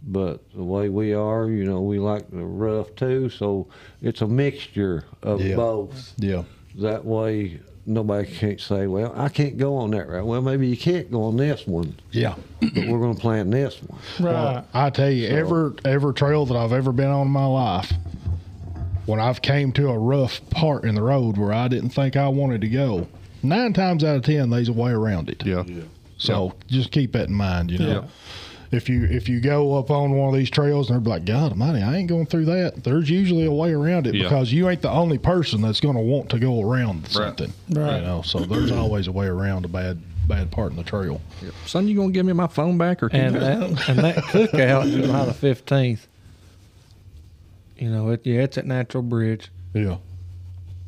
Speaker 7: But the way we are, you know, we like the rough too, so it's a mixture of
Speaker 8: Yeah.
Speaker 7: both.
Speaker 8: Yeah.
Speaker 7: That way, nobody can't say, "Well, I can't go on that route." Well, maybe you can't go on this one,
Speaker 8: Yeah.
Speaker 7: but we're going to plan this one.
Speaker 2: Well, I tell you, ever every trail that I've ever been on in my life, when I've came to a rough part in the road where I didn't think I wanted to go, nine times out of ten, there's a way around it.
Speaker 3: Yeah.
Speaker 2: So just keep that in mind. You know,
Speaker 3: Yeah.
Speaker 2: if you if you go up on one of these trails and they're like, God Almighty, I ain't going through that. There's usually a way around it
Speaker 3: Yeah.
Speaker 2: because you ain't the only person that's going to want to go around something.
Speaker 11: Right.
Speaker 2: You know, so there's always a way around a bad bad part in the trail.
Speaker 3: Son, you gonna give me my phone back or
Speaker 5: And uh, that, and that cookout July the fifteenth. You know it. Yeah, it's at Natural Bridge.
Speaker 2: Yeah.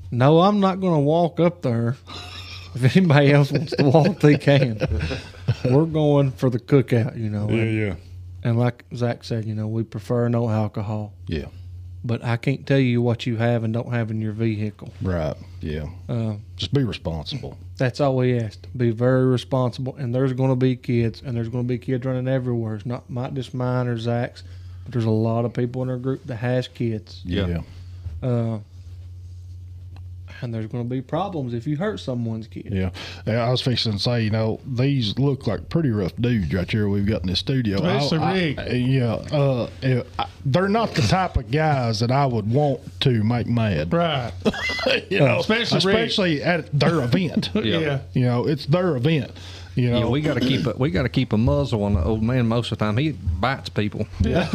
Speaker 5: No, I'm not going to walk up there. If anybody else wants to walk, they can. We're going for the cookout. You know. and-
Speaker 2: yeah.
Speaker 5: And like Zach said, you know, we prefer no alcohol.
Speaker 2: Yeah.
Speaker 5: But I can't tell you what you have and don't have in your vehicle.
Speaker 2: Right. Yeah.
Speaker 5: Uh,
Speaker 2: Just be responsible.
Speaker 5: that's all we asked. Be very responsible. And there's going to be kids, and there's going to be kids running everywhere. It's not, not just mine or Zach's, but there's a lot of people in our group that has kids.
Speaker 3: Yeah.
Speaker 5: Uh, and there's going to be problems if you hurt someone's kid.
Speaker 2: Yeah. Yeah, I was fixing to say, you know, these look like pretty rough dudes right here we've got in the studio.
Speaker 11: That's
Speaker 2: I-
Speaker 11: a
Speaker 2: I-
Speaker 11: rig.
Speaker 2: yeah. Uh, yeah, I- they're not the type of guys that I would want to make mad.
Speaker 11: Right.
Speaker 2: You know,
Speaker 11: Especially Rick.
Speaker 2: especially at their event.
Speaker 3: Yeah.
Speaker 11: Yeah.
Speaker 2: You know, it's their event. You know,
Speaker 3: Yeah, we gotta keep a we gotta keep a muzzle on the old man most of the time. He bites people.
Speaker 11: I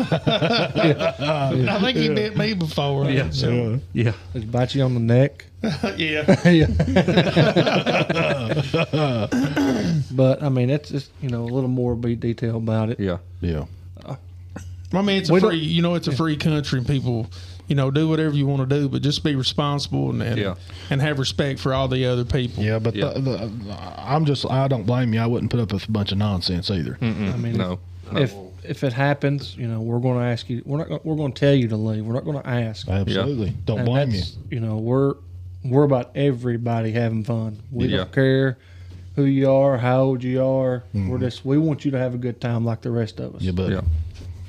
Speaker 11: think he bit me before. Yeah. So,
Speaker 3: Yeah.
Speaker 5: They bite you on the neck.
Speaker 11: yeah.
Speaker 5: But, I mean, that's just, you know, a little more be detail about it.
Speaker 3: Yeah.
Speaker 2: yeah.
Speaker 11: I mean, it's a
Speaker 5: We don't-
Speaker 11: free, you know, it's a free country and people, you know, do whatever you want to do, but just be responsible and and,
Speaker 3: Yeah.
Speaker 11: and have respect for all the other people.
Speaker 2: Yeah, but
Speaker 3: Yeah.
Speaker 2: The, the, I'm just, I don't blame you. I wouldn't put up with a bunch of nonsense either.
Speaker 5: I mean,
Speaker 3: No.
Speaker 5: if if it happens, you know, we're going to ask you. We're not. gonna- We're going to tell you to leave. We're not going to ask.
Speaker 2: Absolutely. Don't
Speaker 5: And
Speaker 2: blame you.
Speaker 5: that's, You know, we're we're about everybody having fun. We
Speaker 3: Yeah.
Speaker 5: don't care who you are, how old you are. We're just we want you to have a good time like the rest of us.
Speaker 2: Mm-hmm. Yeah, but
Speaker 3: Yeah.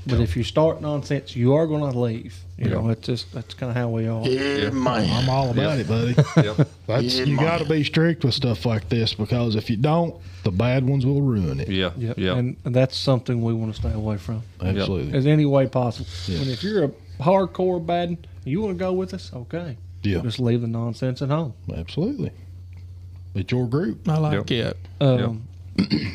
Speaker 5: But if you start nonsense, you are going to leave. You
Speaker 3: Yeah.
Speaker 5: know, it's just that's kind of how we are.
Speaker 2: I'm all about
Speaker 3: Yeah.
Speaker 2: it, buddy.
Speaker 3: Yep.
Speaker 2: That's you got to be strict with stuff like this because if you don't, the bad ones will ruin it.
Speaker 3: Yeah.
Speaker 5: Yep.
Speaker 3: Yeah.
Speaker 5: And that's something we want to stay away from
Speaker 2: Absolutely.
Speaker 5: as any way possible. And if you're a hardcore bad, you want to go with us, okay?
Speaker 2: Yeah,
Speaker 5: Just leave the nonsense at home.
Speaker 2: absolutely. It's your group,
Speaker 11: I like
Speaker 5: Um,
Speaker 3: Yep.
Speaker 11: it.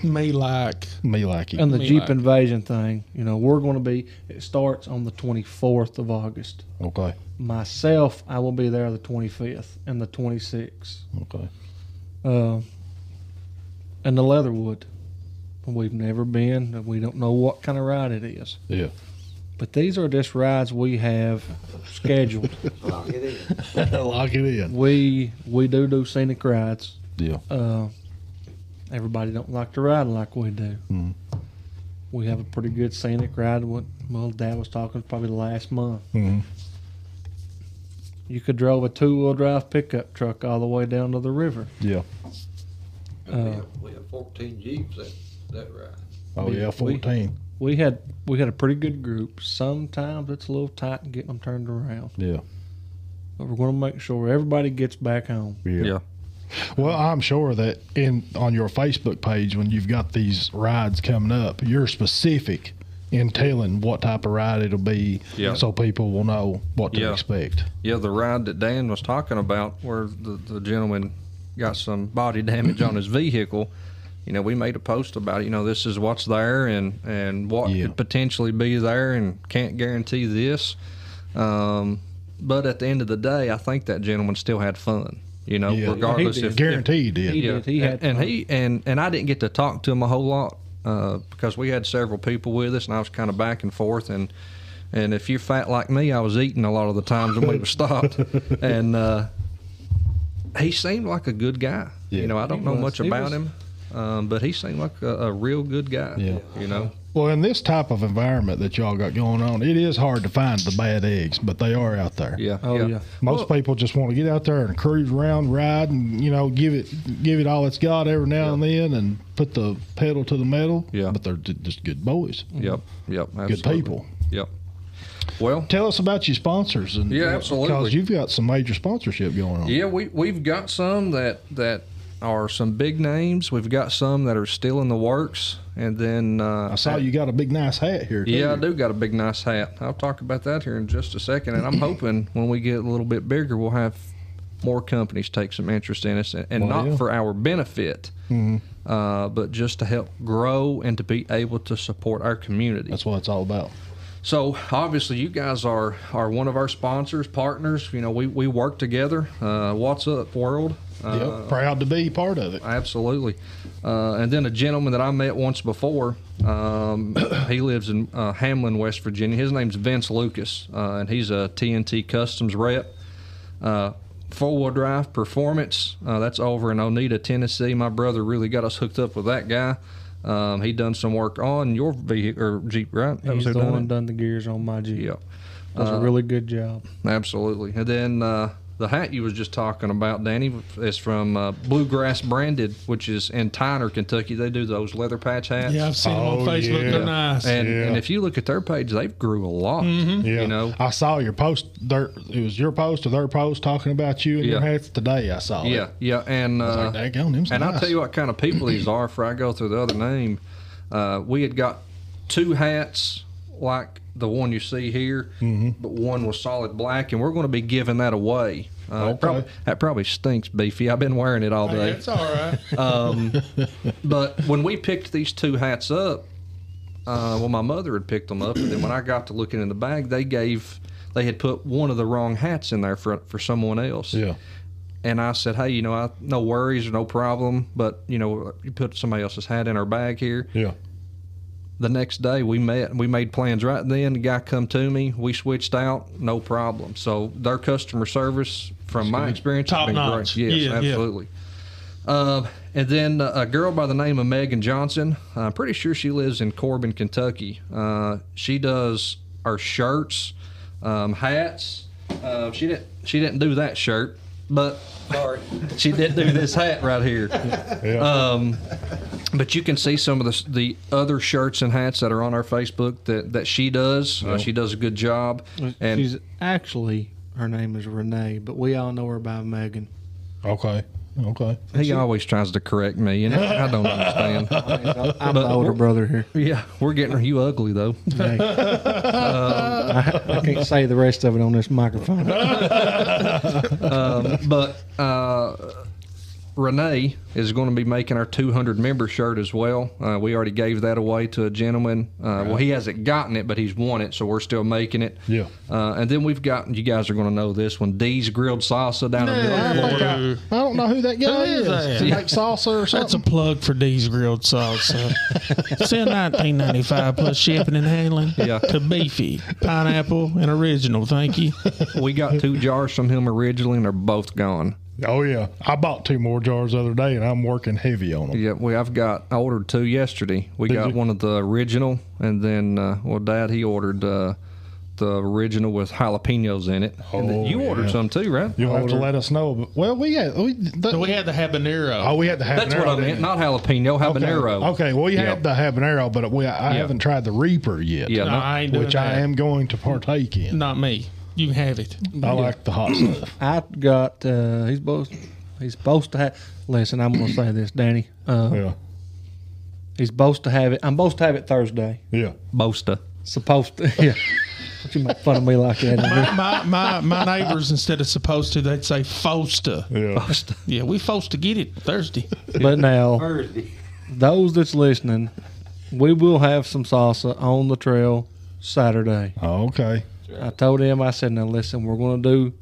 Speaker 11: Me like.
Speaker 2: me like you.
Speaker 5: And the
Speaker 11: Me
Speaker 5: Jeep
Speaker 11: like.
Speaker 5: invasion thing, you know, we're going to be, it starts on the 24th of August.
Speaker 2: Okay,
Speaker 5: Myself, I will be there the 25th and the 26th.
Speaker 2: okay.
Speaker 5: Uh, and the Leatherwood. We've never been, and we don't know what kind of ride it is.
Speaker 2: Yeah,
Speaker 5: But these are just rides we have scheduled.
Speaker 2: lock it in.
Speaker 5: we we do do scenic rides.
Speaker 2: Yeah,
Speaker 5: Uh, everybody don't like to ride like we do.
Speaker 2: Mhm.
Speaker 5: We have a pretty good scenic ride. What well, Dad was talking probably last month.
Speaker 2: Mhm.
Speaker 5: You could drive a two wheel drive pickup truck all the way down to the river.
Speaker 2: yeah.
Speaker 5: we had-
Speaker 7: we have 14 Jeeps that, that ride.
Speaker 2: Oh yeah,
Speaker 5: We-
Speaker 2: fourteen.
Speaker 5: We had we had a pretty good group. Sometimes it's a little tight in getting them turned around,
Speaker 2: Yeah.
Speaker 5: but we're going to make sure everybody gets back home.
Speaker 2: yeah,
Speaker 3: Yeah.
Speaker 2: Well, I'm sure that in on your Facebook page when you've got these rides coming up, you're specific in telling what type of ride it'll be,
Speaker 3: Yeah.
Speaker 2: so people will know what to
Speaker 3: Yeah.
Speaker 2: expect.
Speaker 3: Yeah, the ride that Dan was talking about, where the, the gentleman got some body damage on his vehicle. You know, we made a post about it. You know, this is what's there and and what
Speaker 2: Yeah.
Speaker 3: could potentially be there, and can't guarantee this. Um, but at the end of the day, I think that gentleman still had fun. You know,
Speaker 2: Yeah.
Speaker 3: regardless
Speaker 5: He
Speaker 3: if, if
Speaker 2: Guaranteed, it.
Speaker 5: He did. He
Speaker 3: and-
Speaker 5: had
Speaker 3: and
Speaker 5: fun.
Speaker 3: he and and I didn't get to talk to him a whole lot uh, because we had several people with us, and I was kind of back and forth. And and if you're fat like me, I was eating a lot of the times when we were stopped. and uh, he seemed like a good guy.
Speaker 2: Yeah.
Speaker 3: You know, I don't
Speaker 5: He
Speaker 3: know
Speaker 5: was.
Speaker 3: much
Speaker 5: He
Speaker 3: about
Speaker 5: was-
Speaker 3: him. Um, but he seemed like a, a real good guy.
Speaker 2: Yeah.
Speaker 3: You know.
Speaker 2: Well, in this type of environment that y'all got going on, it is hard to find the bad eggs, but they are out there.
Speaker 3: Yeah.
Speaker 5: Oh yeah.
Speaker 2: Most people just want to get out there and cruise around, ride, and you know, give it give it all it's got every now and then, and put the pedal to the metal.
Speaker 3: Yeah.
Speaker 2: But they're ju- just good boys,
Speaker 5: Mm-hmm.
Speaker 3: Yep. Yep.
Speaker 2: good
Speaker 3: absolutely.
Speaker 2: people.
Speaker 3: Yep. Well,
Speaker 2: Tell us about your sponsors, and
Speaker 3: Yeah, absolutely.
Speaker 2: because you've got some major sponsorship going on.
Speaker 3: Yeah, we we've got some that that are some big names. We've got some that are still in the works, and then uh,
Speaker 2: I saw you got a big nice hat here. too.
Speaker 3: Yeah, I do got a big nice hat. I'll talk about that here in just a second, and I'm hoping when we get a little bit bigger, we'll have more companies take some interest in us, and, and
Speaker 2: Well,
Speaker 3: not
Speaker 2: yeah. Mm-hmm.
Speaker 3: for our benefit, uh, but just to help grow and to be able to support our community.
Speaker 2: That's what it's all about.
Speaker 3: So obviously, you guys are are one of our sponsors, partners. You know, we we work together. Uh, What's up, world? Uh,
Speaker 2: yep. Proud to be part of it.
Speaker 3: Absolutely. Uh, and then a gentleman that I met once before, um, he lives in uh, Hamlin, West Virginia. His name's Vince Lucas, uh, and he's a TNT Customs rep. Uh, Four wheel drive performance, uh, that's over in Oneida, Tennessee. My brother really got us hooked up with that guy. Um, he done some work on your vehicle or Jeep, right? That was who
Speaker 5: He's the
Speaker 3: done
Speaker 5: one
Speaker 3: it?
Speaker 5: done the gears on my Jeep.
Speaker 3: Yeah. Uh,
Speaker 5: Does a really good job.
Speaker 3: Absolutely. And then uh, the hat you was just talking about, Danny, is from uh, Bluegrass Branded, which is in Tyner, Kentucky. They do those leather patch hats.
Speaker 1: Yeah, I've seen them on
Speaker 12: Oh,
Speaker 1: Facebook.
Speaker 12: yeah.
Speaker 1: They're nice.
Speaker 3: And,
Speaker 12: Yeah.
Speaker 3: and if you look at their page, they've grew a lot.
Speaker 1: Mm-hmm.
Speaker 12: Yeah.
Speaker 3: You know.
Speaker 2: I saw your post. Their, it was your post or their post talking about you and your
Speaker 3: Yeah.
Speaker 2: hats today. I saw it.
Speaker 3: Yeah, yeah, and
Speaker 2: I
Speaker 3: uh,
Speaker 2: was like, "Daggone, them's
Speaker 3: and I'll
Speaker 2: nice."
Speaker 3: tell you what kind of people these are. Before I go through the other name, uh, we had got two hats like the one you see here,
Speaker 2: Mm-hmm.
Speaker 3: but one was solid black, and we're going to be giving that away. Uh, it prob-
Speaker 2: Okay.
Speaker 3: that probably stinks, Beefy. I've been wearing it all day.
Speaker 1: That's all right.
Speaker 3: Um, but when we picked these two hats up, uh, well, my mother had picked them up, and then when I got to looking in the bag, they gave they had put one of the wrong hats in there for for someone else.
Speaker 2: Yeah.
Speaker 3: And I said, hey, you know, I, no worries or no problem, but you know, you put somebody else's hat in our bag here.
Speaker 2: Yeah.
Speaker 3: The next day we met, we made plans right then. The guy come to me, we switched out, no problem. So their customer service, from my experience, has
Speaker 1: Top
Speaker 3: been
Speaker 1: notch.
Speaker 3: great. Yes,
Speaker 1: Yeah, yeah.
Speaker 3: absolutely. Um, and then uh, a girl by the name of Megan Johnson. I'm pretty sure she lives in Corbin, Kentucky. Uh, she does our shirts, um, hats. Uh, she didn't. She didn't do that shirt, but sorry, she did do this hat right here. Um, but you can see some of the, s- the other shirts and hats that are on our Facebook that, that she does. Uh, she does a good job. And
Speaker 5: She's actually her name is Renee, but we all know her by Megan.
Speaker 2: Okay. Okay.
Speaker 3: he always tries to correct me, and I don't understand.
Speaker 5: I'm the older brother here.
Speaker 3: yeah, we're getting her. You ugly, though.
Speaker 5: I can't say the rest of it on this microphone.
Speaker 3: um, but uh, Renee is going to be making our 200 member shirt as well. Uh, we already gave that away to a gentleman. Uh, Well, he hasn't gotten it, but he's won it, so we're still making it.
Speaker 2: Yeah.
Speaker 3: Uh, and then we've got you guys are going to know this one. D's grilled salsa down in Middle Florida.
Speaker 2: I don't know who that guy
Speaker 1: Who is
Speaker 2: is.
Speaker 1: that?
Speaker 2: To make salsa or
Speaker 1: That's a
Speaker 2: something.
Speaker 1: plug for D's Grilled Salsa. Send 19.95 plus shipping and handling
Speaker 3: Yeah.
Speaker 1: to beefy, pineapple, and original. Thank you.
Speaker 3: We got two jars from him originally, and they're both gone.
Speaker 2: oh yeah, I bought two more jars the other day, and I'm working heavy on them.
Speaker 3: Yeah, we I've got I ordered two yesterday. We got
Speaker 2: you?
Speaker 3: one of the original, and then uh, well, Dad he ordered uh, the original with jalapenos in it. and then
Speaker 2: Oh,
Speaker 3: you ordered
Speaker 2: yeah.
Speaker 3: some too, right?
Speaker 2: You'll have to let us know. But, well, we had we, the,
Speaker 1: So we had the habanero.
Speaker 2: oh we had the habanero.
Speaker 3: That's what I
Speaker 2: didn't we?
Speaker 3: meant. Not jalapeno, habanero.
Speaker 2: Okay. okay. Well, you
Speaker 3: Yeah.
Speaker 2: had the habanero, but we, I haven't tried the reaper yet.
Speaker 3: Yeah,
Speaker 1: No,
Speaker 3: not-
Speaker 1: I ain't doing
Speaker 2: Which I
Speaker 1: that.
Speaker 2: am going to partake in.
Speaker 1: Not me. You can have it.
Speaker 2: I like the hot stuff.
Speaker 5: I got uh, he's supposed he's supposed to have. Listen, I'm gonna say this, Danny. Uh,
Speaker 2: Yeah.
Speaker 5: He's supposed to have it. I'm supposed to have it Thursday.
Speaker 2: Yeah.
Speaker 3: Bosta.
Speaker 5: Supposed to. Yeah. Don't you make fun of me like that?
Speaker 1: My, my, my neighbors, instead of supposed to, they'd say fosta.
Speaker 2: Yeah.
Speaker 1: Yeah, we supposed to get it Thursday.
Speaker 5: But now, those that's listening, we will have some salsa on the trail Saturday.
Speaker 3: Oh.
Speaker 2: Okay.
Speaker 5: I told him, I said, now listen, we're going to do,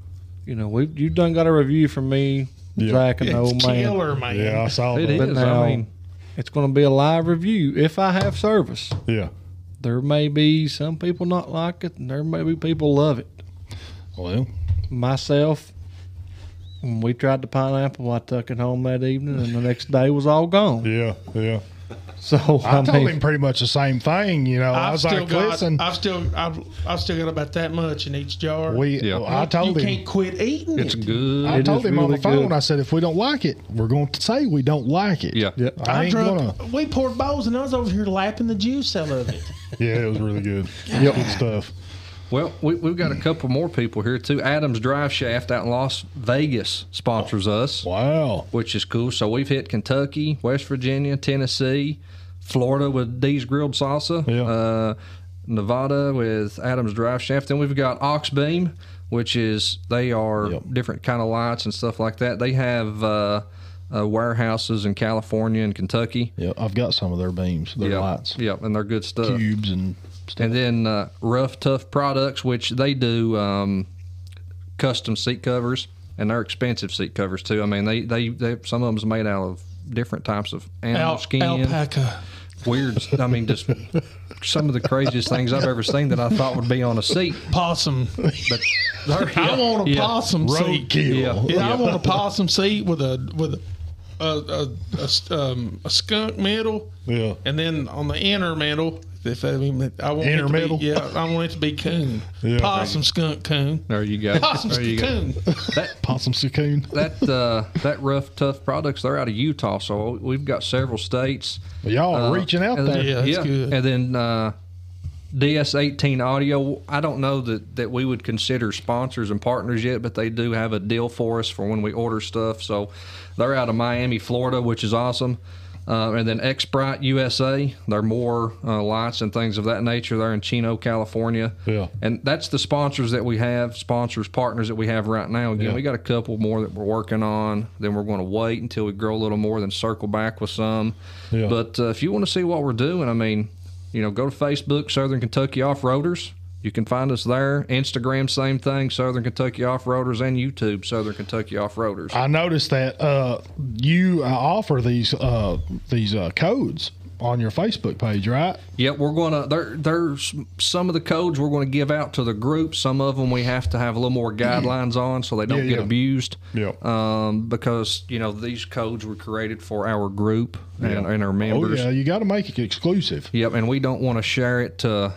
Speaker 5: you know, we you done got a review from me,
Speaker 2: Yeah.
Speaker 5: Zach, and the old
Speaker 1: It's
Speaker 5: man.
Speaker 1: killer, man.
Speaker 2: Yeah. I saw
Speaker 3: It
Speaker 2: that.
Speaker 3: is.
Speaker 5: But now,
Speaker 3: I mean,
Speaker 5: it's going to be a live review if I have service.
Speaker 2: Yeah.
Speaker 5: There may be some people not like it, and there may be people love it.
Speaker 2: Well,
Speaker 5: Myself, And we tried the pineapple. I took it home that evening, and the next day was all gone.
Speaker 2: Yeah, yeah.
Speaker 5: So I,
Speaker 2: I, told
Speaker 5: mean,
Speaker 2: him pretty much the same thing. You know, i
Speaker 11: I've
Speaker 2: was
Speaker 11: still
Speaker 2: like,
Speaker 11: got.
Speaker 2: listen,
Speaker 11: I've still. I've. I've still got about that much in each jar.
Speaker 2: we.
Speaker 3: Yeah.
Speaker 2: I told
Speaker 11: you
Speaker 2: him.
Speaker 11: can't quit eating
Speaker 3: It's
Speaker 11: it.
Speaker 3: good.
Speaker 2: I
Speaker 5: It
Speaker 2: told
Speaker 5: is
Speaker 2: him on the
Speaker 5: really
Speaker 2: phone.
Speaker 5: good.
Speaker 2: I said, if we don't like it, we're going to say we don't like it.
Speaker 3: yeah.
Speaker 5: yeah,
Speaker 2: I, ain't
Speaker 11: drunk.
Speaker 2: gonna.
Speaker 11: We poured bowls, and I was over here lapping the juice out of it.
Speaker 2: Yeah, it was really good. yep. Good stuff.
Speaker 3: Well, we, we've got a couple more people here too. Adams Drive Shaft out in Las Vegas sponsors us,
Speaker 2: Wow.
Speaker 3: which is cool. So we've hit Kentucky, West Virginia, Tennessee, Florida with D's Grilled Salsa,
Speaker 2: Yeah.
Speaker 3: uh, Nevada with Adams Drive Shaft. Then we've got Oxbeam, which is they are different kind of lights and stuff like that. They have uh, uh, warehouses in California and Kentucky.
Speaker 2: Yeah, I've got some of their beams, their
Speaker 3: Yep.
Speaker 2: lights,
Speaker 3: Yep, and they're good stuff.
Speaker 2: cubes, and
Speaker 3: And then uh, Rough Tough Products, which they do um, custom seat covers, and they're expensive seat covers too. I mean, they they, they some of them's made out of different types of animal
Speaker 11: Al-
Speaker 3: skin,
Speaker 11: alpaca.
Speaker 3: weird. I mean, just some of the craziest things I've ever seen that I thought would be on a seat.
Speaker 11: Possum.
Speaker 3: But
Speaker 11: I want a
Speaker 3: Yeah.
Speaker 11: possum seat.
Speaker 3: yeah,
Speaker 11: Yeah, I want a possum seat with a with a a, a, a s- um, a skunk middle,
Speaker 2: Yeah.
Speaker 11: and then on the inner middle, if I mean, I want
Speaker 2: Inner
Speaker 11: it to
Speaker 2: middle?
Speaker 11: Be, yeah, I want it to be coon,
Speaker 2: Yeah.
Speaker 11: possum skunk coon,
Speaker 3: there you go.
Speaker 11: possum
Speaker 3: There you
Speaker 11: skunk
Speaker 3: go.
Speaker 11: coon.
Speaker 3: That
Speaker 2: Possum cocoon.
Speaker 3: that uh, that Rough Tough Products, they're out of Utah, so we've got several states.
Speaker 2: Y'all are
Speaker 3: Uh,
Speaker 2: reaching out
Speaker 3: and
Speaker 2: there.
Speaker 3: then-
Speaker 11: Yeah, that's good.
Speaker 3: And then uh, DS18 Audio. I don't know that, that we would consider sponsors and partners yet, but they do have a deal for us for when we order stuff. So they're out of Miami, Florida, which is awesome. Uh, and then Xbrite USA, they're more uh, lights and things of that nature. They're in Chino, California.
Speaker 2: Yeah.
Speaker 3: And that's the sponsors that we have, sponsors, partners that we have right now. Again, we got a couple more that we're working on. Then we're going to wait until we grow a little more, then circle back with some.
Speaker 2: Yeah.
Speaker 3: But uh, if you want to see what we're doing, I mean, you know, go to Facebook, Southern Kentucky Off Roaders. You can find us there. Instagram, same thing, Southern Kentucky Off Roaders, and YouTube, Southern Kentucky Off Roaders.
Speaker 2: I noticed that uh, you uh, offer these uh, these uh, codes on your Facebook page, right?
Speaker 3: Yep, we're gonna. There, there's some of the codes we're gonna give out to the group. Some of them we have to have a little more guidelines on, so they don't
Speaker 2: Yeah,
Speaker 3: get
Speaker 2: yeah.
Speaker 3: abused.
Speaker 2: Yeah.
Speaker 3: Um, because you know these codes were created for our group and, and our
Speaker 2: Oh
Speaker 3: members.
Speaker 2: yeah, you got to make it exclusive.
Speaker 3: Yep, and we don't want to share it to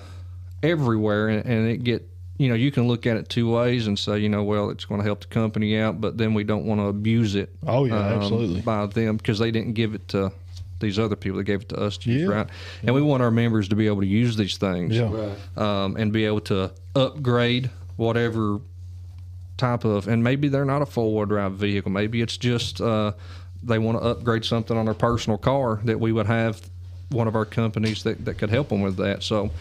Speaker 3: everywhere, and, and it get you know you can look at it two ways and say you know well it's going to help the company out, but then we don't want to abuse it. um,
Speaker 2: Oh, yeah, absolutely.
Speaker 3: By them because they didn't give it to these other people. They gave it to us to use,
Speaker 2: Yeah.
Speaker 3: right? And we want our members to be able to use these things,
Speaker 2: Yeah.
Speaker 3: um, and be able to upgrade whatever type of, and maybe they're not a four wheel drive vehicle. Maybe it's just uh, they want to upgrade something on their personal car that we would have one of our companies that, that could help them with that. So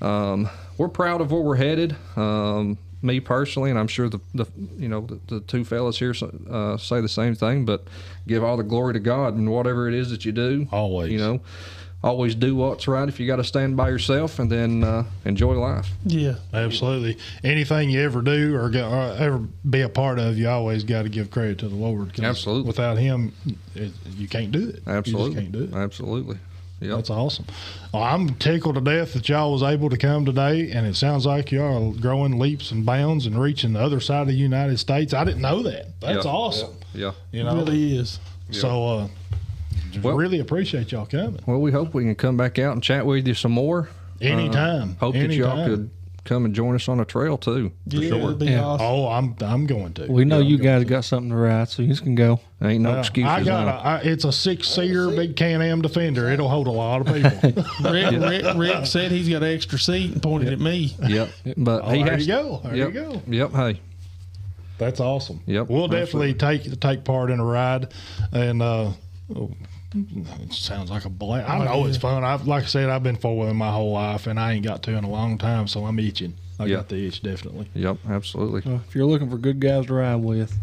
Speaker 3: um, we're proud of where we're headed. Um, me personally, and I'm sure the, the you know the, the two fellas here uh, say the same thing, but give all the glory to God and whatever it is that you do.
Speaker 2: Always.
Speaker 3: you know, always do what's right. If you got to stand by yourself, and then uh, enjoy life.
Speaker 11: Yeah,
Speaker 2: Absolutely. Anything you ever do or, go, or ever be a part of, you always got to give credit to the Lord. 'cause
Speaker 3: Absolutely.
Speaker 2: Without Him, it, you can't do it.
Speaker 3: Absolutely,
Speaker 2: You just can't do it.
Speaker 3: absolutely. Yep.
Speaker 2: That's awesome. Well, I'm tickled to death that y'all was able to come today, and it sounds like y'all are growing leaps and bounds and reaching the other side of the United States. I didn't know that. That's
Speaker 3: Yeah.
Speaker 2: awesome.
Speaker 3: yeah.
Speaker 2: You
Speaker 11: it
Speaker 2: know,
Speaker 11: really is.
Speaker 2: so uh,
Speaker 3: Well-
Speaker 2: really appreciate y'all coming
Speaker 3: Well, we hope we can come back out and chat with you some more. Uh,
Speaker 2: anytime.
Speaker 3: Hope
Speaker 2: anytime.
Speaker 3: that y'all could come and join us on a trail too. For
Speaker 11: Yeah,
Speaker 3: sure.
Speaker 11: it'd be
Speaker 5: Yeah.
Speaker 11: awesome.
Speaker 2: Oh, I'm I'm going to.
Speaker 5: we know
Speaker 2: Yeah, I'm
Speaker 5: you
Speaker 2: going
Speaker 5: guys
Speaker 2: to.
Speaker 5: got something to write, so you can go.
Speaker 3: Ain't no
Speaker 2: Uh,
Speaker 3: excuses.
Speaker 2: I got
Speaker 3: huh?
Speaker 2: a. I, it's a six seater big Can Am Defender. It'll hold a lot of people.
Speaker 11: Rick, Rick, Rick said he's got an extra seat and pointed at me.
Speaker 3: Yep. But
Speaker 2: Oh,
Speaker 3: he
Speaker 2: there
Speaker 3: has
Speaker 2: you go. There
Speaker 3: yep,
Speaker 2: you go.
Speaker 3: Yep. Hey.
Speaker 2: That's awesome.
Speaker 3: Yep,
Speaker 2: We'll definitely take take part in a ride, and uh, oh, it sounds like a blast. I know it's fun. I've like I said, I've been four wheeling my whole life, and I ain't got to in a long time, so I'm itching. I
Speaker 3: Yeah.
Speaker 2: got the itch definitely.
Speaker 3: Yep.
Speaker 2: Uh.
Speaker 3: Absolutely.
Speaker 5: If you're looking for good guys to ride with,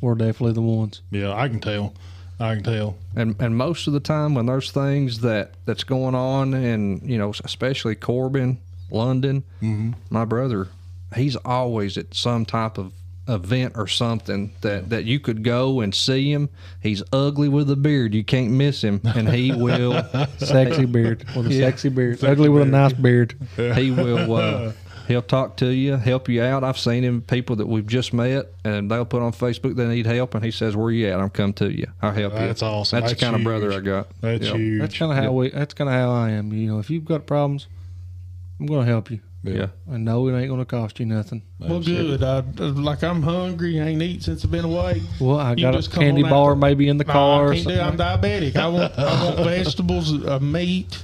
Speaker 5: we're definitely the ones.
Speaker 2: Yeah, I can tell. I can tell.
Speaker 3: And and most of the time when there's things that that's going on, and you know, especially Corbin, London,
Speaker 2: Mm-hmm.
Speaker 3: my brother, he's always at some type of event or something that that you could go and see him. He's ugly with a beard. You can't miss him, and he will
Speaker 5: Sexy beard with a sexy beard, ugly with a nice beard.
Speaker 3: he will uh, He'll talk to you, help you out. I've seen him people that we've just met, and they'll put on Facebook they need help, and he says, "Where you at? I'm come to you. I'll help you."
Speaker 2: That's awesome.
Speaker 3: That's,
Speaker 2: That's
Speaker 3: the kind of brother I
Speaker 2: huge.
Speaker 3: got.
Speaker 2: That's
Speaker 3: Yeah.
Speaker 2: huge.
Speaker 5: That's kind of how we. That's kind of how I am. You know, if you've got problems, I'm going to help you.
Speaker 3: Yeah.
Speaker 5: And no, it ain't going to cost you nothing.
Speaker 1: Well, good. I, like I'm hungry. I ain't eat since I've been away.
Speaker 5: Well, I
Speaker 1: You
Speaker 5: got a
Speaker 1: just come
Speaker 5: candy
Speaker 1: on
Speaker 5: bar
Speaker 1: out.
Speaker 5: maybe in the
Speaker 1: No,
Speaker 5: car.
Speaker 1: I
Speaker 5: or
Speaker 1: can't do.
Speaker 5: something.
Speaker 1: it. I'm diabetic. I want I want vegetables, uh, meat,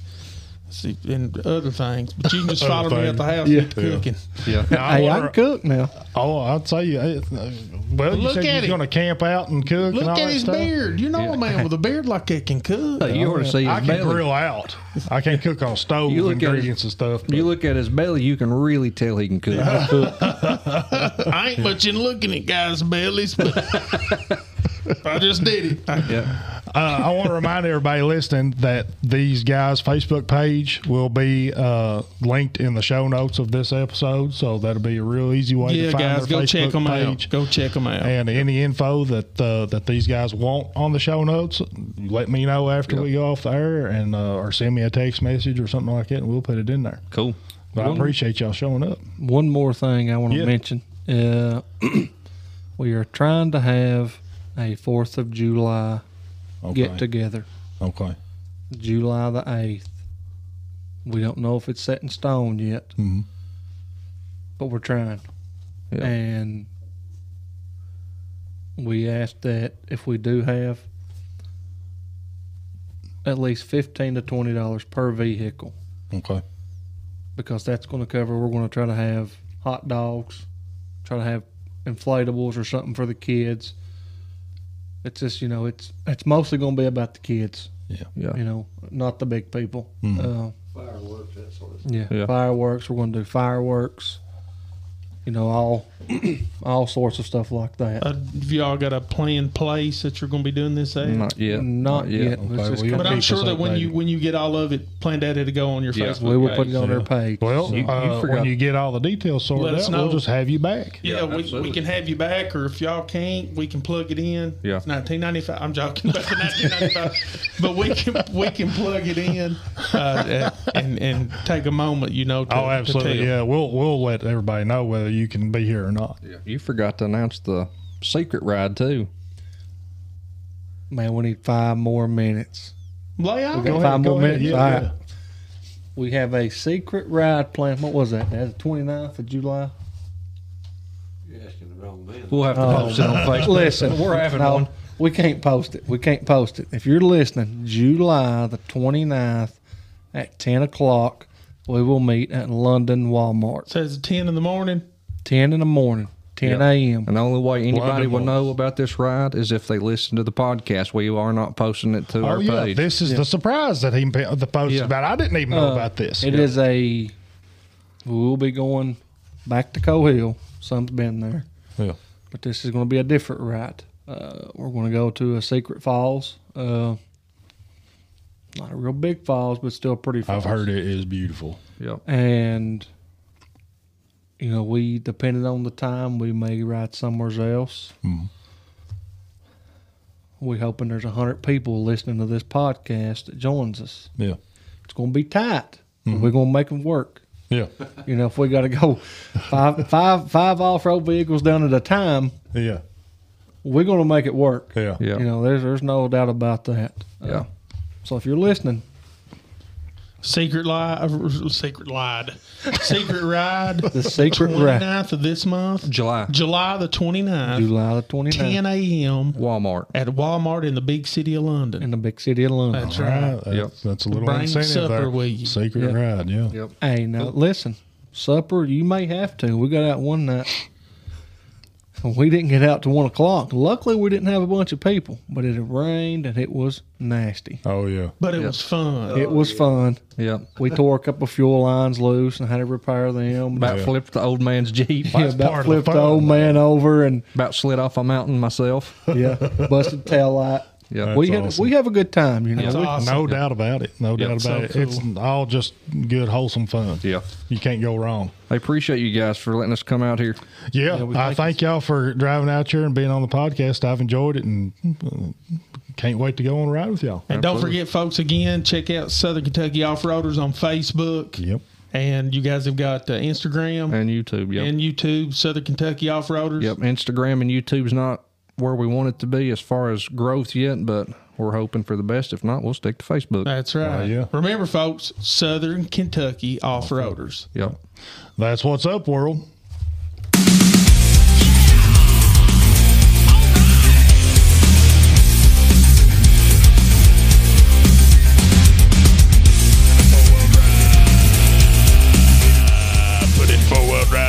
Speaker 1: see, and other things. But you can just follow me at the house and keep
Speaker 2: Yeah.
Speaker 1: cooking.
Speaker 3: Yeah.
Speaker 2: Now, I
Speaker 5: Hey, I
Speaker 2: wonder-
Speaker 5: can cook now.
Speaker 2: Oh, I'd say you. it- uh, Well, you
Speaker 1: Look
Speaker 2: said
Speaker 1: at
Speaker 2: you're
Speaker 1: him.
Speaker 2: going to camp out and cook.
Speaker 1: Look
Speaker 2: and all
Speaker 1: at
Speaker 2: that
Speaker 1: his
Speaker 2: stuff?
Speaker 1: beard. You know
Speaker 3: Yeah.
Speaker 1: a man with a beard like that can
Speaker 5: Uh,
Speaker 1: cook.
Speaker 3: you ought to see his
Speaker 2: Oh, I can
Speaker 3: belly.
Speaker 2: grill out. I can cook on stove
Speaker 3: You look at
Speaker 2: ingredients and stuff. but-
Speaker 3: You look at his belly, you can really tell he can cook.
Speaker 1: I ain't much in looking at guys' bellies, but I just did it. I-
Speaker 3: yeah.
Speaker 2: uh, I want to remind everybody listening that these guys' Facebook page will be uh, linked in the show notes of this episode, so that'll be a real easy way
Speaker 1: yeah,
Speaker 2: to find
Speaker 1: guys,
Speaker 2: their
Speaker 1: go
Speaker 2: Facebook
Speaker 1: check them
Speaker 2: page.
Speaker 1: out. Go check them out.
Speaker 2: And any info that uh, that these guys want on the show notes, let me know after we go off the air, and uh, or send me a text message or something like that, and we'll put it in there.
Speaker 3: Cool.
Speaker 2: But I appreciate y'all showing up.
Speaker 5: One more thing I want to
Speaker 2: Yeah.
Speaker 5: mention. Uh, we are trying to have a Fourth of July
Speaker 2: Okay.
Speaker 5: get together.
Speaker 2: okay.
Speaker 5: July the 8th. We don't know if it's set in stone yet,
Speaker 2: Mhm.
Speaker 5: but we're trying.
Speaker 3: Yeah.
Speaker 5: And we asked that if we do have at least 15 to $20 per vehicle,
Speaker 2: Okay.
Speaker 5: because that's going to cover, we're going to try to have hot dogs, try to have inflatables or something for the kids. It's just, you know, it's it's mostly going to be about the kids
Speaker 3: Yeah.
Speaker 5: you know, not the big people. Uh,
Speaker 13: Fireworks, that sort of
Speaker 5: yeah.
Speaker 3: Yeah.
Speaker 5: fireworks. We're going to do fireworks. You know, all all sorts of stuff like that.
Speaker 1: Uh, have y'all got a plan place that you're going to be doing this at?
Speaker 3: Not yet.
Speaker 5: Not yet.
Speaker 2: Okay,
Speaker 5: It's just
Speaker 2: well, you-
Speaker 5: kinda-
Speaker 1: But I'm
Speaker 2: Keep
Speaker 1: sure
Speaker 2: us
Speaker 1: that when you
Speaker 2: updated.
Speaker 1: when you get all of it planned out, it'll go on your
Speaker 3: Yeah.
Speaker 1: Facebook.
Speaker 5: we will put
Speaker 1: page.
Speaker 5: it on their page.
Speaker 2: Well,
Speaker 3: You- you
Speaker 2: uh, when
Speaker 3: forgot-
Speaker 2: you get all the details sorted
Speaker 1: Let us
Speaker 2: out, we'll
Speaker 1: know.
Speaker 2: just have you back.
Speaker 1: Yeah,
Speaker 3: Yeah,
Speaker 1: we, we
Speaker 3: absolutely.
Speaker 1: can have you back, or if y'all can't, we can plug it in.
Speaker 3: Yeah.
Speaker 1: It's 1995. I'm joking about the 1995, but we can we can plug it in uh, and and take a moment, you know. To,
Speaker 2: Oh,
Speaker 1: To
Speaker 2: absolutely.
Speaker 1: tell.
Speaker 2: Yeah, we'll we'll let everybody know whether you can be here or not.
Speaker 3: You forgot to announce the secret ride too.
Speaker 5: Man, we need five more minutes.
Speaker 1: Lay out.
Speaker 5: Got
Speaker 2: ahead,
Speaker 5: five
Speaker 2: go
Speaker 5: more
Speaker 2: ahead.
Speaker 5: minutes.
Speaker 2: Yeah,
Speaker 5: All right.
Speaker 2: yeah.
Speaker 5: We have a secret ride plan. What was that? That's the 29th of July.
Speaker 13: You're asking the wrong man.
Speaker 3: We'll have to
Speaker 2: Oh,
Speaker 3: post it on Facebook.
Speaker 5: Oh, Listen,
Speaker 3: we're having
Speaker 5: no,
Speaker 3: one.
Speaker 5: We can't post it. We can't post it. If you're listening, July the 29th at 10 o'clock, we will meet at London Walmart.
Speaker 1: Says 10 in the morning.
Speaker 5: 10 in the morning, 10
Speaker 3: Yeah.
Speaker 5: a.m.
Speaker 3: And the only way anybody
Speaker 2: Wonderful.
Speaker 3: will know about this ride is if they listen to the podcast. We are not posting it to
Speaker 2: Oh
Speaker 3: our
Speaker 2: yeah,
Speaker 3: page.
Speaker 2: this is the surprise that he pa- the post
Speaker 3: Yeah.
Speaker 2: about. I didn't even know
Speaker 5: Uh,
Speaker 2: about this.
Speaker 5: It is a. We'll be going back to Cohill. Some's been there.
Speaker 2: Yeah.
Speaker 5: But this is going to be a different ride. Uh, we're going to go to a secret falls. Uh, not a real big falls, but still pretty.
Speaker 2: I've
Speaker 5: Falls.
Speaker 2: heard it is beautiful.
Speaker 3: Yep.
Speaker 5: and you know we depending on the time we may ride somewhere else
Speaker 2: Mhm.
Speaker 5: we hoping there's 100 people listening to this podcast that joins us
Speaker 2: Yeah.
Speaker 5: it's going to be tight but we're going to make them work
Speaker 2: Yeah,
Speaker 5: you know if we got to go five five five off-road vehicles down at a time
Speaker 2: yeah,
Speaker 5: we're going to make it work
Speaker 2: yeah.
Speaker 3: Yeah.
Speaker 5: you know there's there's no doubt about that Uh,
Speaker 3: Yeah.
Speaker 5: so if you're listening
Speaker 1: Secret lie. uh, Secret lied. Secret ride.
Speaker 5: the secret ride
Speaker 1: 29th of this month.
Speaker 3: July.
Speaker 1: July the 29th.
Speaker 5: july the 29th
Speaker 1: 10 a.m.
Speaker 3: Walmart.
Speaker 1: at Walmart in the big city of London.
Speaker 5: in the big city of london
Speaker 1: That's
Speaker 2: All
Speaker 1: right.
Speaker 2: right, Uh, that's, that's a little
Speaker 1: Bring
Speaker 2: incentive
Speaker 1: supper
Speaker 2: there.
Speaker 1: with you.
Speaker 2: Secret ride, yeah.
Speaker 3: Yep.
Speaker 5: Hey, now listen, supper you may have to. We got out one night. We didn't get out to one o'clock. Luckily, we didn't have a bunch of people, but it had rained and it was nasty.
Speaker 2: Oh yeah,
Speaker 1: But it
Speaker 3: Yeah.
Speaker 1: was fun.
Speaker 2: Oh,
Speaker 5: it was fun.
Speaker 3: Yep.
Speaker 5: We tore a couple fuel lines loose and had to repair them.
Speaker 3: About
Speaker 2: Yeah.
Speaker 3: flipped the old man's Jeep.
Speaker 5: yeah,
Speaker 2: part
Speaker 5: about
Speaker 2: of the
Speaker 5: flipped the,
Speaker 2: fun,
Speaker 5: old man over and
Speaker 3: About slid off a mountain myself.
Speaker 5: yeah, busted tail light.
Speaker 3: Yeah.
Speaker 2: That's
Speaker 5: we had
Speaker 2: awesome.
Speaker 5: we have a good time, you know.
Speaker 3: Yeah.
Speaker 1: It's
Speaker 5: We-
Speaker 1: awesome.
Speaker 2: no doubt about it. No doubt about
Speaker 1: so
Speaker 2: it. It's all just good, wholesome fun.
Speaker 3: Yeah.
Speaker 2: You can't go wrong.
Speaker 3: I appreciate you guys for letting us come out here.
Speaker 2: Yeah,
Speaker 5: we
Speaker 2: I
Speaker 5: thank
Speaker 2: thank y'all for driving out here and being on the podcast. I've enjoyed it and uh, can't wait to go on a ride with y'all.
Speaker 1: And don't
Speaker 3: Absolutely.
Speaker 1: forget, folks, again, check out Southern Kentucky Off Roaders on Facebook.
Speaker 2: Yep.
Speaker 11: And you guys have got uh, Instagram
Speaker 3: and YouTube. Yep.
Speaker 11: and YouTube, Southern Kentucky Off Roaders.
Speaker 3: Yep, Instagram and YouTube's not where we want it to be as far as growth yet, but we're hoping for the best. If not, we'll stick to Facebook.
Speaker 11: That's right.
Speaker 2: yeah.
Speaker 11: Remember, folks, Southern Kentucky Off Roaders.
Speaker 3: Yep.
Speaker 2: That's what's up, world.
Speaker 1: Put in four wheel drive.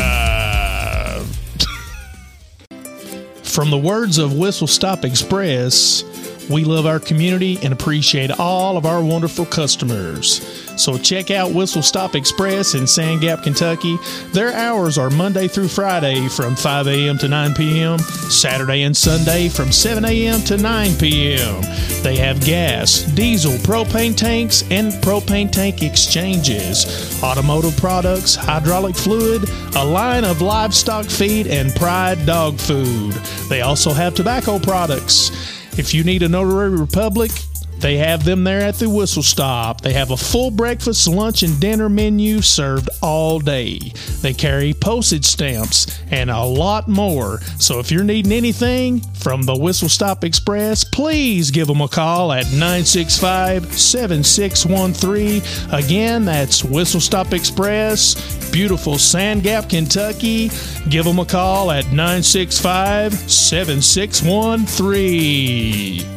Speaker 1: From the words of Whistle Stop Express, we love our community and appreciate all of our wonderful customers. So check out Whistle Stop Express in Sand Gap, Kentucky. Their hours are Monday through Friday from 5 a.m. to 9 p.m., Saturday and Sunday from 7 a.m. to 9 p.m. They have gas, diesel, propane tanks, and propane tank exchanges, automotive products, hydraulic fluid, a line of livestock feed, and pride dog food. They also have tobacco products. If you need a Notary Republic, they have them there at the Whistle Stop. They have a full breakfast, lunch, and dinner menu served all day. They carry postage stamps and a lot more. So if you're needing anything from the Whistle Stop Express, please give them a call at 965 7613. Again, that's Whistle Stop Express, beautiful Sand Gap, Kentucky. Give them a call at 965 7613.